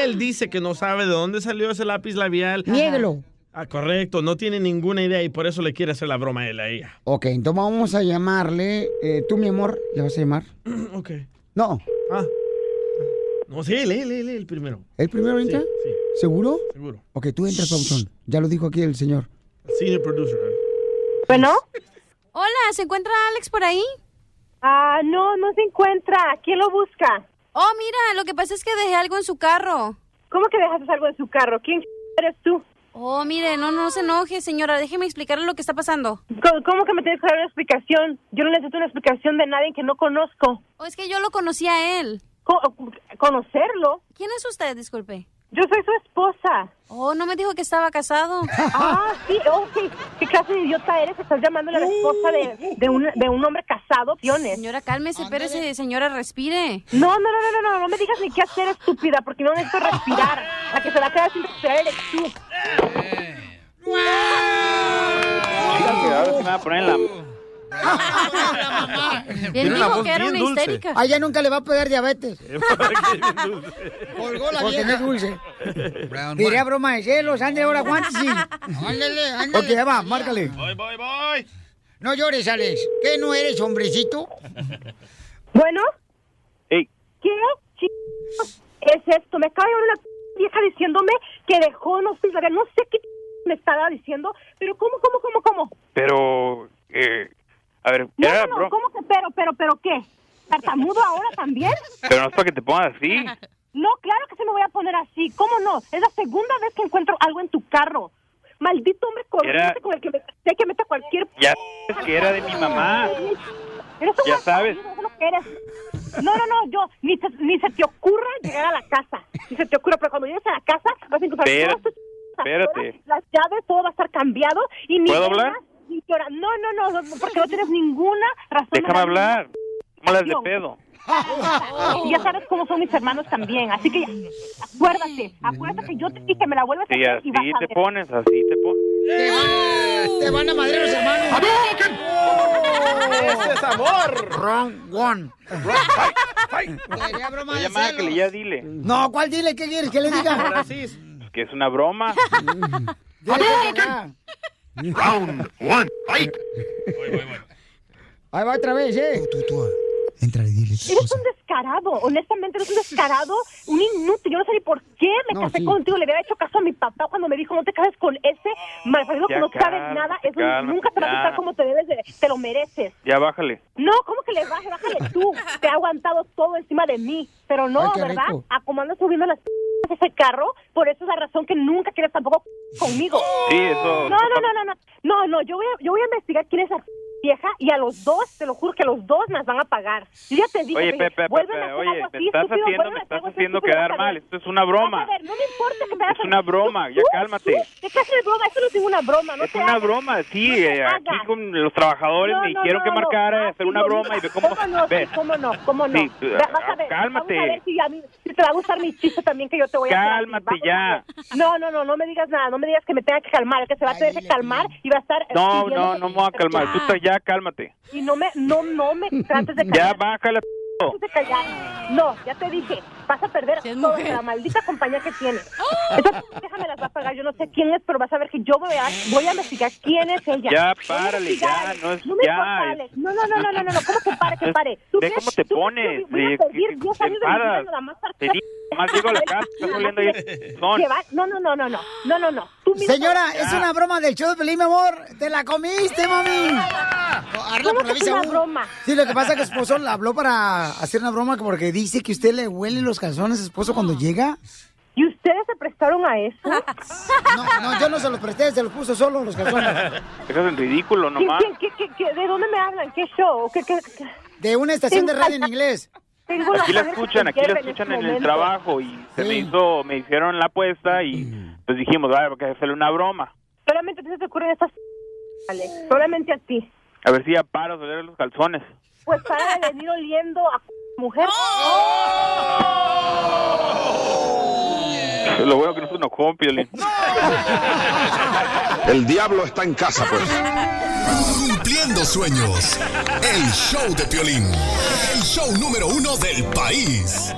Él dice que no sabe de dónde salió ese lápiz labial. Niéguelo. Ah, correcto, no tiene ninguna idea y por eso le quiere hacer la broma a él a ella. Ok, entonces vamos a llamarle. eh, tú, mi amor, ¿le vas a llamar? ok. No. Ah. No, sí, lee, lee, lee el primero. ¿El primero entra? Sí, sí. ¿Seguro? Seguro. Ok, tú entras, Pautón. Ya lo dijo aquí el señor. Senior producer. Bueno. Hola, ¿se encuentra Alex por ahí? Ah, no, no se encuentra. ¿Quién lo busca? Oh, mira, lo que pasa es que dejé algo en su carro. ¿Cómo que dejaste algo en su carro? ¿Quién eres tú? Oh, mire, no, no se enoje, señora. Déjeme explicarle lo que está pasando. ¿Cómo, cómo que me tienes que dar una explicación? Yo no necesito una explicación de nadie que no conozco. ¿O Oh, es que yo lo conocí a él? ¿Conocerlo? ¿Quién es usted? Disculpe. Yo soy su esposa. Oh, no me dijo que estaba casado. Ah, sí, oh, sí. ¿Qué clase de idiota eres? Estás llamando a la esposa de, de, un, de un hombre casado, piones. Señora, cálmese, espérese, señora, respire. No, no, no, no, no, no, no me digas ni qué hacer, estúpida, porque no necesito respirar. La que se va a quedar sin respirar eres tú. A ver si me va a poner en la... Él Tiene una dijo voz que era bien una dulce. histérica. A ella Ah, nunca le va a pegar diabetes. Colgó la Porque vieja. no es dulce. Diría broma de celos, ande ahora, Juanchi. Ándale, ándale. Ok, ya va, márcale. Voy, voy, voy. No llores, Alex. ¿Qué no eres, hombrecito? Bueno. ¿Qué ch... es esto? Me acaba de llevar una vieja diciéndome que dejó, no sé, la verdad, no sé qué ch- me estaba diciendo, pero ¿cómo, cómo, cómo, cómo? Pero, eh, a ver, No, era no, no, bro- ¿cómo que pero, pero, pero qué? ¿Tartamudo ahora también? pero no es para que te pongas así. No, claro que se me voy a poner así, ¿cómo no? Es la segunda vez que encuentro algo en tu carro. Maldito hombre Era- corriente con el que me casé, que mete a cualquier... Ya sabes que era de mi mamá. Eres un Ya mal sabes. marido, eso es lo que eres. No, no, no, yo, ni, se- ni se te ocurra llegar a la casa. Ni se te ocurra, pero cuando llegues a la casa vas a encontrar Espera- todas tus Espérate. las llaves, todo va a estar cambiado y ni ¿Puedo ganas, hablar? ni llora. No, no, no, no, porque no tienes ninguna razón. Déjame de la- hablar. No las de pedo. Y ya sabes cómo son mis hermanos también, así que acuérdate, acuérdate que yo te dije, me la vuelves a Si hacer así y vas a te ver. pones, así te pones. ¡Eh! Te van a madrear los hermanos. ¡Ese sabor! Wrong one. Sería broma de Llamada que celos. le ya dile No, ¿cuál dile? ¿Qué quieres que le diga? que es una broma. Dile que ya. Round one, fight. Ahí va otra vez, ¿eh? Entra y dile. Eres un descarado, honestamente eres un descarado, un inútil. Yo no sé ni por qué me No, casé sí. contigo. Le hubiera hecho caso a mi papá cuando me dijo no te cases con ese malvado que Ya no cálmate, sabes nada. Eso cálmate, nunca te va a ya. gustar como te debes, de- te lo mereces. Ya bájale. No, ¿cómo que le baje? Bájale tú. Te ha aguantado todo encima de mí. Pero no, Ay, qué ¿verdad? rico. A como andas subiendo las de ese carro, por eso es la razón que nunca quieres tampoco conmigo. Sí, eso- No, no, no, no, no. No, no, yo voy a, yo voy a investigar quién es la vieja y a los dos, te lo juro, que a los dos las van a pagar. Yo ya te dije, Oye, te Pepe, dije, Pepe, vuelven a hacer oye, algo me así, estás estúpido, haciendo, vuelven me a hacer estás algo así, haciendo estúpido, quedar vas a ver. mal. Esto es una Vas broma. a ver, no me importa que me hagas Es una broma, ya cálmate. ¿Qué clase de broma? Eso no es ninguna broma, no Es te una hagas. broma, sí. eh, aquí con los trabajadores No, me no, dijeron no, que no. marcara, Ah, hacer sí, una no, broma y ve cómo. ¿Cómo no? ve. ¿Cómo no? ¿Cómo no? Sí, ah, Ve, vas a ver, cálmate. Vamos a ver si, a mí, si te va a gustar mi chiste también que yo te voy a hacer. Cálmate Vamos ya. a ver. No, no, no, no me digas nada. No me digas que me tenga que calmar. Que se va a tener que calmar y va a estar. No, no, pidiéndome- no me voy a calmar. Tú estás ya, cálmate. Y no me, no, no me trates de Ya callar. bájale. no te callar. No, ya te dije. Vas a perder toda la maldita compañía que tienes. Esa vieja me las va a pagar. Yo no sé quién es, pero vas a ver que yo voy a, voy a investigar quién es ella. Ya, Voy a párale, investigar, ya, Alex. no es- me ya, importa, es- Alex. No, no, no, no, no, no, no. ¿Cómo que pare, que pare? ¿Tú Ve crees- cómo te tú crees pones. que Voy a eh, pedir que- 10 que años de mi vida paras. nada más para Te digo, nomás llego a la casa, estás oliendo ahí el son. que va- No, no, no, no, no, no, no, no. Tú mismo- Señora, es una broma del show de Pelín, mi amor. Te la comiste, mami. ¿Cómo que es una aún. broma? Sí, lo que pasa es que esposo le habló para hacer una broma porque dice que usted le huele los calzones, esposo, cuando llega. ¿Y ustedes se prestaron a eso? No, no, yo no se los presté, se los puso solo los calzones. Eso es ridículo ¿Qué- nomás. qué- qué- qué- qué- de dónde me hablan? ¿Qué show? ¿Qué, qué- qué? De una estación de radio en inglés. Tengo Aquí la sangre que escuchan, se aquí la hierve escuchan este en el momento. trabajo y se me hizo, me hicieron la apuesta y Mm. pues dijimos, "Ah, hay que hacerle una broma. Solamente a ti se te ocurren estas... Alex, solamente a ti. A ver si ya paras de oler los calzones. Pues para de venir oliendo a mujer. Lo bueno que no se enojó, Piolín. El diablo está en casa, pues. Cumpliendo sueños. El show de Piolín. El show número uno del país.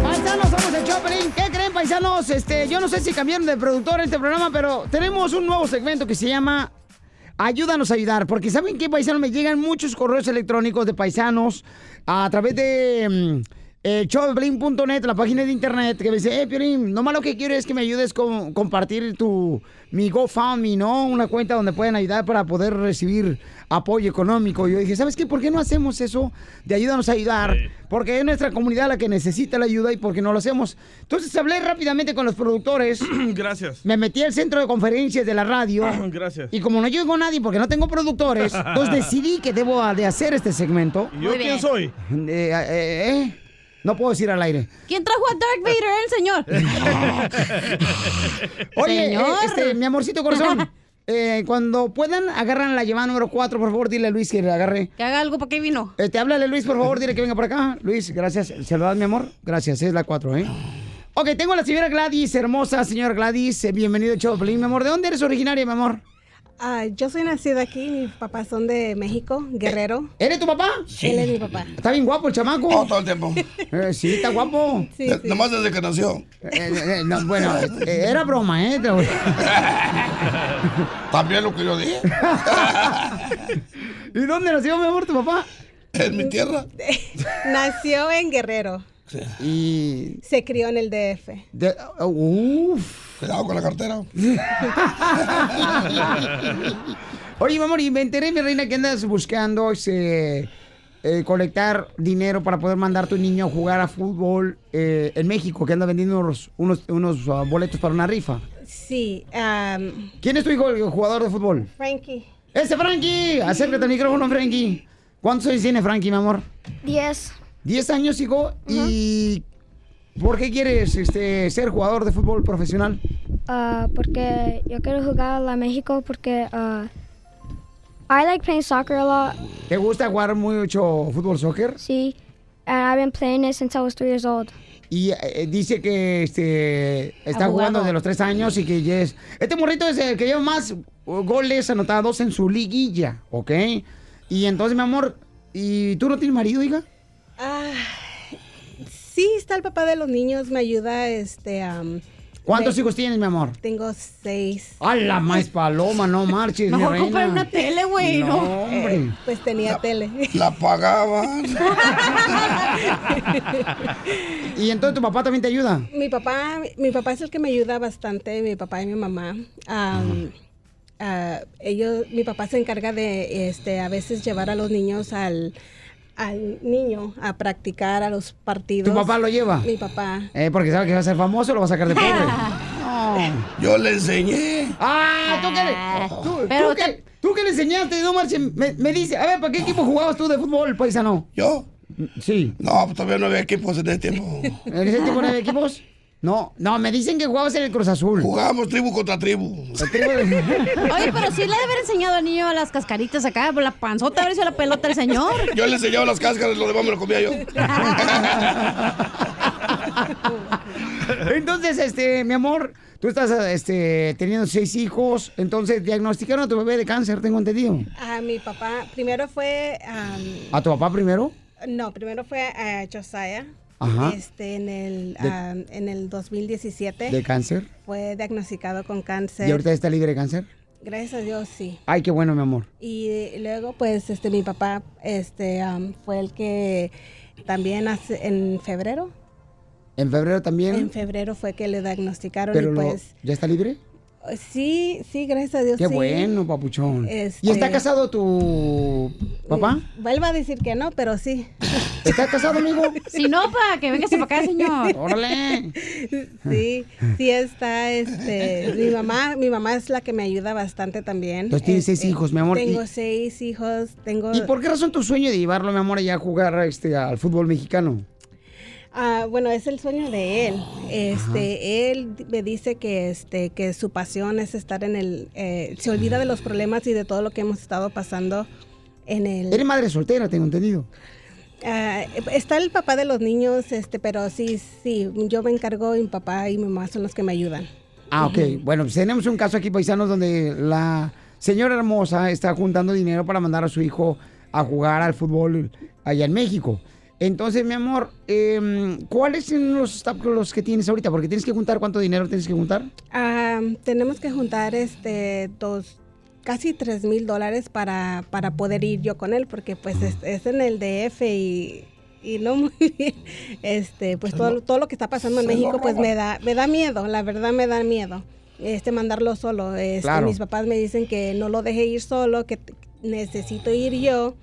Paisanos, somos el Choplin. ¿Qué creen, paisanos? Este, yo no sé si cambiaron de productor este programa, pero tenemos un nuevo segmento que se llama Ayúdanos a ayudar. Porque ¿saben qué, paisanos? Me llegan muchos correos electrónicos de paisanos a través de mm, eh, showdepiolín.net, la página de internet, que me dice, eh, Piolín, nomás lo que quiero es que me ayudes con compartir tu, mi GoFundMe, ¿no? Una cuenta donde pueden ayudar para poder recibir apoyo económico. Y yo dije, ¿sabes qué? ¿Por qué no hacemos eso de ayudarnos a ayudar? Porque es nuestra comunidad la que necesita la ayuda y porque no lo hacemos. Entonces hablé rápidamente con los productores. Gracias. Me metí al centro de conferencias de la radio. Gracias. Y como no llegó nadie porque no tengo productores, entonces decidí que debo ah, de hacer este segmento. ¿Y yo Muy quién bien. soy? Eh, eh, eh, No puedo decir al aire. ¿Quién trajo a Dark Vader? El señor. Oye, Señor. eh, este, mi amorcito corazón, eh, cuando puedan, agarran la llamada número 4, por favor, dile a Luis que la agarre. Que haga algo, ¿para qué vino? Este, háblale Luis, por favor, dile que venga por acá. Luis, gracias. ¿Se lo das, mi amor? Gracias, es la 4, ¿eh? Ok, tengo a la señora Gladys, hermosa señora Gladys. eh, Bienvenido a Choplin, mi amor. ¿De dónde eres originaria, mi amor? Ah, yo soy nacida aquí, mis papás son de México, Guerrero. Eh, ¿Eres tu papá? Él es mi papá. Está bien guapo el chamaco. Oh, todo el tiempo. sí, está guapo. Eh, Sí, Eh, sí. nomás desde que nació. bueno, eh, era broma, ¿eh? Te voy- También lo que yo dije. ¿Y dónde nació, mi amor, tu papá? En mi tierra. Nació en Guerrero, Y. se crió en el DF. de- uh, uf. Cuidado con la cartera. Oye, mi amor, y me enteré, mi reina, que andas buscando ese, eh, colectar dinero para poder mandar a tu niño a jugar a fútbol eh, en México, que anda vendiendo unos, unos, unos, ah, boletos para una rifa. Sí, am, ¿Quién es tu hijo, el jugador de fútbol? Frankie. ¡Ese Frankie! Acércate al micrófono, Frankie. ¿Cuántos años tiene Frankie, mi amor? Diez. Diez años, hijo. ¿Y por qué quieres este, ser jugador de fútbol profesional? Uh, porque yo quiero jugar a la México porque uh, I like playing soccer a lot. ¿Te gusta jugar mucho fútbol soccer? Sí, and I've been playing it since I was three years old. Y eh, dice que este, está Ha jugado. jugando desde los tres años y que ya es... Este morrito es el que lleva más uh, goles anotados en su liguilla, ¿ok? Y entonces, mi amor, ¿y tú no tienes marido, hija? Ah, sí, está el papá de los niños, me ayuda, este... am, ¿Cuántos me- hijos tienes, mi amor? Tengo seis. ¡A la más paloma! No marches, mi Mejor reina. comprar una tele, güey, No, ¿no? hombre. Pues tenía tele. La pagaban. ¿Y entonces tu papá también te ayuda? Mi papá, mi papá es el que me ayuda bastante, mi papá y mi mamá. Am, ah, ellos, mi papá se encarga de este, a veces llevar a los niños al, al niño a practicar a los partidos. ¿Tu papá lo lleva? Mi papá. Eh, porque sabe que va a ser famoso, lo va a sacar de pobre. Yo le enseñé. ¡Ah! ¿Tú qué le, tú, Pero tú qué- tú qué le enseñaste? No marches. Me, me dice, a ver, ¿para qué equipo jugabas tú de fútbol, paisano? ¿Yo? Sí. No, pues todavía no había equipos en ese tiempo. ¿En ese tipo no había equipos? No, no, me dicen que jugabas en el Cruz Azul. Jugamos tribu contra tribu. Oye, pero sí le debe haber enseñado al niño las cascaritas acá, por la panzota, a ver si la pelota el señor. Yo le enseñaba las cáscaras, lo demás me lo comía yo. Entonces, este, mi amor, tú estás este, teniendo seis hijos, entonces diagnosticaron a tu bebé de cáncer, tengo entendido. A Ah, mi papá, primero fue, am, ¿A tu papá primero? no, primero fue a Josiah. Ajá. Este, en el, De- am, en el 2017. ¿De cáncer? Fue diagnosticado con cáncer. ¿Y ahorita está libre de cáncer? Gracias a Dios, sí. Ay, qué bueno, mi amor. Y luego, pues, este, mi papá, este, am, fue el que también hace, en febrero, En febrero también. en febrero fue que le diagnosticaron pero y lo- pues, ¿ya está libre? sí, sí, gracias a Dios, Qué sí. bueno, papuchón. Este- ¿Y está casado tu papá? Vuelvo a decir que no, pero sí. ¿Está casado, amigo? Si no, pa, que véngase para acá, señor. Órale. Sí, Ah. sí está, este, mi mamá, mi mamá es la que me ayuda bastante también. Entonces tienes seis Este, hijos, mi amor. Tengo ¿Y- seis hijos, tengo... ¿Y por qué razón tu sueño de llevarlo, mi amor, allá a jugar este, al fútbol mexicano? Ah, bueno, es el sueño de él. Este, él me dice que este, que su pasión es estar en el, eh, se olvida de los problemas y de todo lo que hemos estado pasando en el. Eres madre soltera, tengo entendido. Ah, está el papá de los niños, este, pero sí, sí, yo me encargo, y mi papá y mi mamá son los que me ayudan. Ah, ok. Bueno, pues tenemos un caso aquí, paisanos, donde la señora hermosa está juntando dinero para mandar a su hijo a jugar al fútbol allá en México. Entonces, mi amor, em, ¿cuáles son los obstáculos que tienes ahorita? Porque tienes que juntar cuánto dinero tienes que juntar. Ah, tenemos que juntar este dos casi tres mil dólares para para poder ir yo con él porque pues es, es en el DF y, y no muy bien. Este, pues todo, todo lo que está pasando en se lo México, pues me roban. da, me da miedo, la verdad me da miedo. Este mandarlo solo. Este, Claro. mis papás me dicen que no lo deje ir solo, que t- necesito ir yo.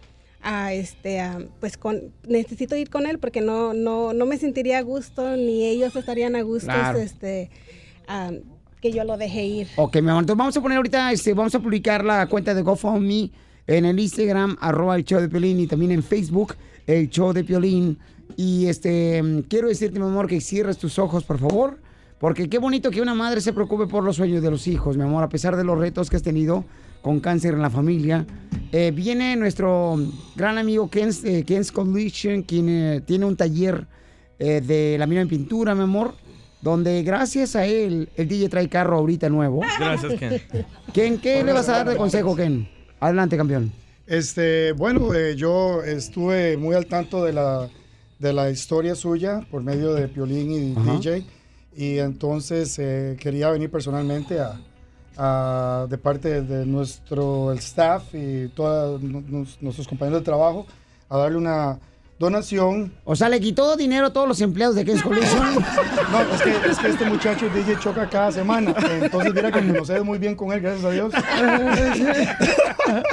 A este, a, pues con, necesito ir con él porque no, no, no me sentiría a gusto, ni ellos estarían a gusto, Claro. este, ah, que yo lo dejé ir. Ok, mi amor. Entonces vamos a poner ahorita, este, vamos a publicar la cuenta de GoFundMe en el Instagram, arroba el show de Piolín, y también en Facebook, el show de Piolín. Y este, mm, quiero decirte, mi amor, que cierres tus ojos, por favor. Porque qué bonito que una madre se preocupe por los sueños de los hijos, mi amor, a pesar de los retos que has tenido con cáncer en la familia. Eh, viene nuestro gran amigo Ken's, eh, Ken's Condition, quien eh, tiene un taller eh, de la mina en pintura, mi amor, donde gracias a él el DJ trae carro ahorita nuevo. Gracias, Ken. Ken, ¿qué le vas a dar de consejo, Ken? Adelante, campeón. Este, bueno, eh, yo estuve muy al tanto de la, de la historia suya por medio de Piolín y Ajá. DJ y entonces eh, quería venir personalmente a, a- de parte de nuestro el staff y todos nuestros compañeros de trabajo a darle una donación. O sea, le quitó dinero a todos los empleados de Ken's Collision. No, es que, es que este muchacho DJ choca cada semana. Entonces, mira que conoces muy bien con él, gracias a Dios.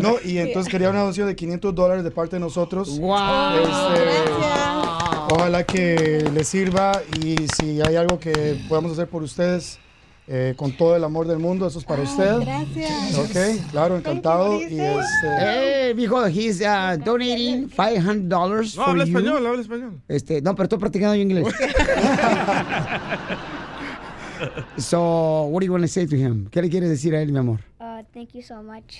No, y entonces quería una donación de 500 dólares de parte de nosotros. Este, Ojalá que les sirva y si hay algo que podamos hacer por ustedes, eh, con todo el amor del mundo, eso es para usted. Gracias. Ok, claro, encantado. Y este, Eh, mijo, he's uh, donating $500 No, for habla you. español, habla español. Este, no, pero estoy practicando yo inglés. so, what do you want to say to him? ¿Qué le quieres decir a él, mi amor? Uh, thank you so much.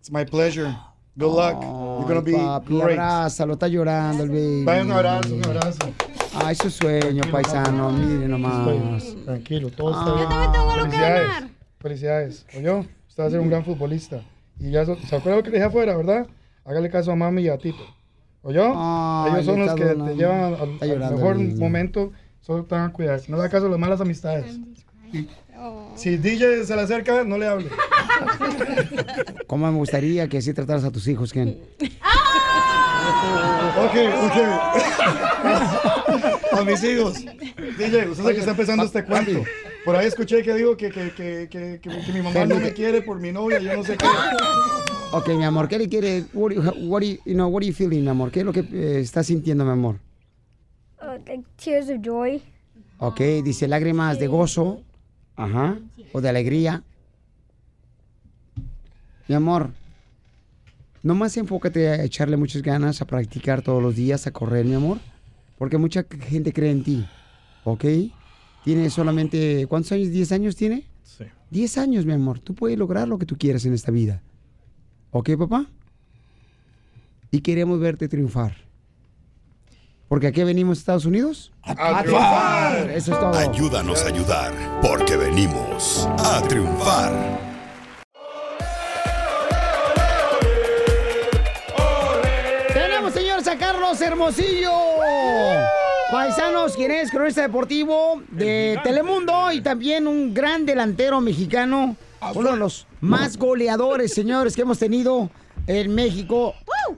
it's my pleasure. Good luck. You're gonna be Papi, great. abrázalo, está llorando el baby. Vaya un abrazo, un abrazo. Ay, su sueño, paisano, miren nomás. Tranquilo, todo está Ah. bien. Yo también tengo algo que Felicidades, ganar. Felicidades. Oye, usted va a ser un gran futbolista. Y ya, so- ¿se acuerda lo que le dije afuera, verdad? Hágale caso a mami y a Tito. Oye, Ay, ellos son le los está que donando. te llevan al, Está al llorando mejor el niño. momento. Solo te van a cuidar. No le hagas caso a las malas amistades. Si- Si DJ se le acerca, no le hable. ¿Cómo me gustaría que así trataras a tus hijos, Ken? Ok, ok. A mis hijos. DJ, usted es el que está empezando este cuento. Por ahí escuché que digo que, que, que, que, que- que mi mamá no me quiere por mi novia, yo no sé qué. Ok, mi amor, ¿qué le quiere? What, do you- what do you, you know, what are you feeling, mi amor? ¿Qué es lo que eh, estás sintiendo, mi amor? Uh, like tears of joy. Ok, dice lágrimas de gozo, ajá, o de alegría. Mi amor, nomás enfócate a echarle muchas ganas, a practicar todos los días, a correr, mi amor, porque mucha gente cree en ti, ¿ok? Tiene solamente, ¿cuántos años? ¿10 años tiene? Sí. 10 años, mi amor. Tú puedes lograr lo que tú quieras en esta vida. ¿Ok, papá? Y queremos verte triunfar. Porque aquí venimos a Estados Unidos. A triunfar. Eso es todo. Ayúdanos a ayudar, porque venimos a triunfar. Tenemos, señores, a Carlos Hermosillo. Paisanos, quien es cronista deportivo de Telemundo y también un gran delantero mexicano. Uno de los más goleadores, señores, que hemos tenido en México.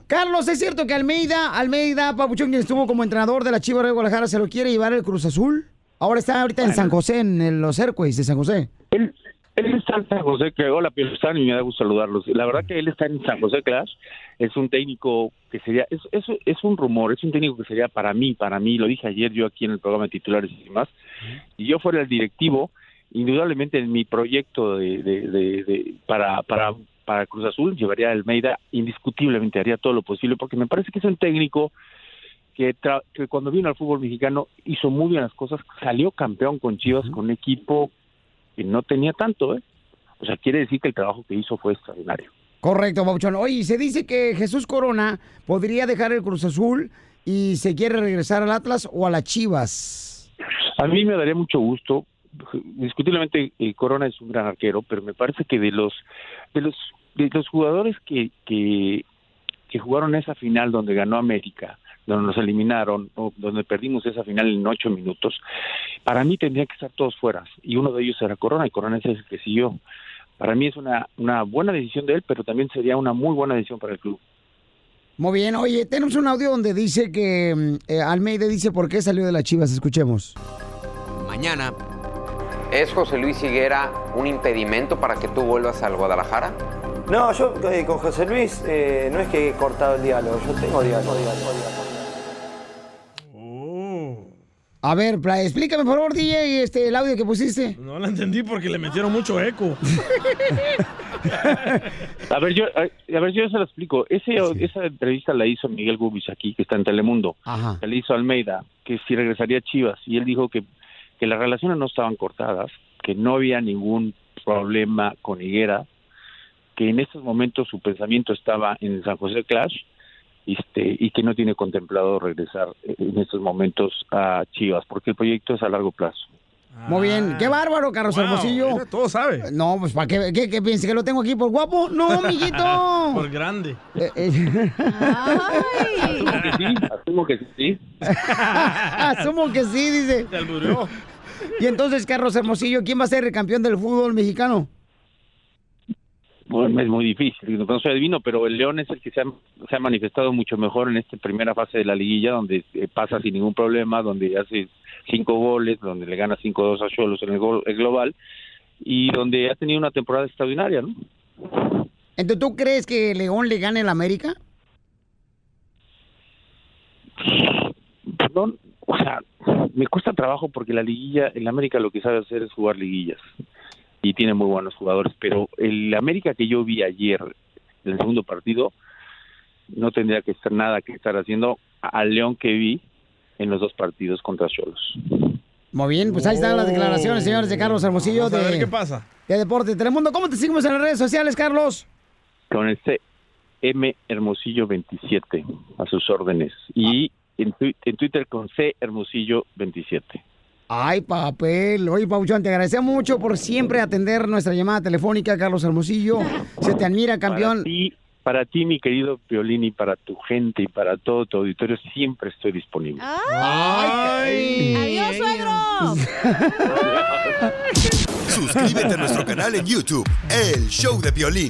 Carlos, ¿es cierto que Almeida, Almeida, Papuchón, quien estuvo como entrenador de la Chivas de Guadalajara, se lo quiere llevar el Cruz Azul? Ahora está ahorita en San José, en el- los Airways de San José. Él, él está en San José, que hola, están y me da gusto saludarlos. La verdad que él está en San José Clash, es un técnico que sería, es, es, es un rumor, es un técnico que sería para mí, para mí, lo dije ayer yo aquí en el programa de titulares y demás, y yo fuera el directivo, indudablemente en mi proyecto de, de- de- de- para, para, para Cruz Azul llevaría a Almeida, indiscutiblemente haría todo lo posible, porque me parece que es un técnico que, tra- que cuando vino al fútbol mexicano hizo muy bien las cosas, salió campeón con Chivas, con un equipo que no tenía tanto, ¿eh? O sea, quiere decir que el trabajo que hizo fue extraordinario. Correcto, Papuchón. Oye, y se dice que Jesús Corona podría dejar el Cruz Azul y se quiere regresar al Atlas o a las Chivas. A mí me daría mucho gusto, discutiblemente eh, Corona es un gran arquero, pero me parece que de los de los de los jugadores que que, que jugaron esa final donde ganó América, donde nos eliminaron, o donde perdimos esa final en ocho minutos, para mí tendrían que estar todos fuera y uno de ellos era Corona y Corona es el que siguió. Para mí es una, una buena decisión de él, pero también sería una muy buena decisión para el club. Muy bien, oye, tenemos un audio donde dice que mm, eh, Almeida dice por qué salió de las Chivas, escuchemos. mañana. ¿Es José Luis Higuera un impedimento para que tú vuelvas al Guadalajara? No, yo eh, con José Luis eh, no es que he cortado el diálogo, yo tengo diálogo. diálogo, diálogo. Oh. A ver, pla- explícame por favor, DJ, este, el audio que pusiste. No la entendí porque le metieron mucho eco. A ver, yo, a, a ver, yo se lo explico. Ese- Esa entrevista la hizo Miguel Gubis aquí, que está en Telemundo. Ajá. Se Le hizo a Almeida, que si regresaría a Chivas. Y él dijo que, que las relaciones no estaban cortadas, que no había ningún problema con Higuera, que en estos momentos su pensamiento estaba en San José Clash este, y que no tiene contemplado regresar eh, en estos momentos a Chivas, porque el proyecto es a largo plazo. Muy bien, qué bárbaro, Carlos Hermosillo. Ah. Todo sabe. No, pues ¿para qué, qué, qué piensas que lo tengo aquí por guapo? No, amiguito. Por grande. Eh, eh. Asumo que sí, asumo que sí. Asumo que sí, dice. Y entonces, Carlos Hermosillo, ¿quién va a ser el campeón del fútbol mexicano? Bueno, es muy difícil, no soy adivino, pero el León es el que se ha, se ha manifestado mucho mejor en esta primera fase de la liguilla, donde eh, pasa sin ningún problema, donde hace cinco goles, donde le gana 5-2 a Cholos en el, gol, el global, y donde ha tenido una temporada extraordinaria, ¿no? Entonces, ¿tú crees que León le gane al América? Perdón, o sea, me cuesta trabajo porque la liguilla, el América lo que sabe hacer es jugar liguillas, y tiene muy buenos jugadores, pero el América que yo vi ayer, en el segundo partido, no tendría que estar nada que estar haciendo al León que vi en los dos partidos contra Cholos. Muy bien, pues ahí están las declaraciones, señores, de Carlos Hermosillo Vamos a de, ver qué pasa. de Deporte Telemundo. ¿Cómo te seguimos en las redes sociales, Carlos? con el CM Hermosillo 27 a sus órdenes y en, twi- en Twitter con C Hermosillo 27. Ay, papel. Oye, Pauchón, te agradecemos mucho por siempre atender nuestra llamada telefónica, Carlos Hermosillo. Se te admira, Para campeón. ti, para ti, mi querido Piolín, y para tu gente y para todo tu auditorio, siempre estoy disponible. Ay. ¡Adiós, suegro! Suscríbete a nuestro canal en YouTube, El Show de Piolín.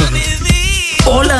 Hola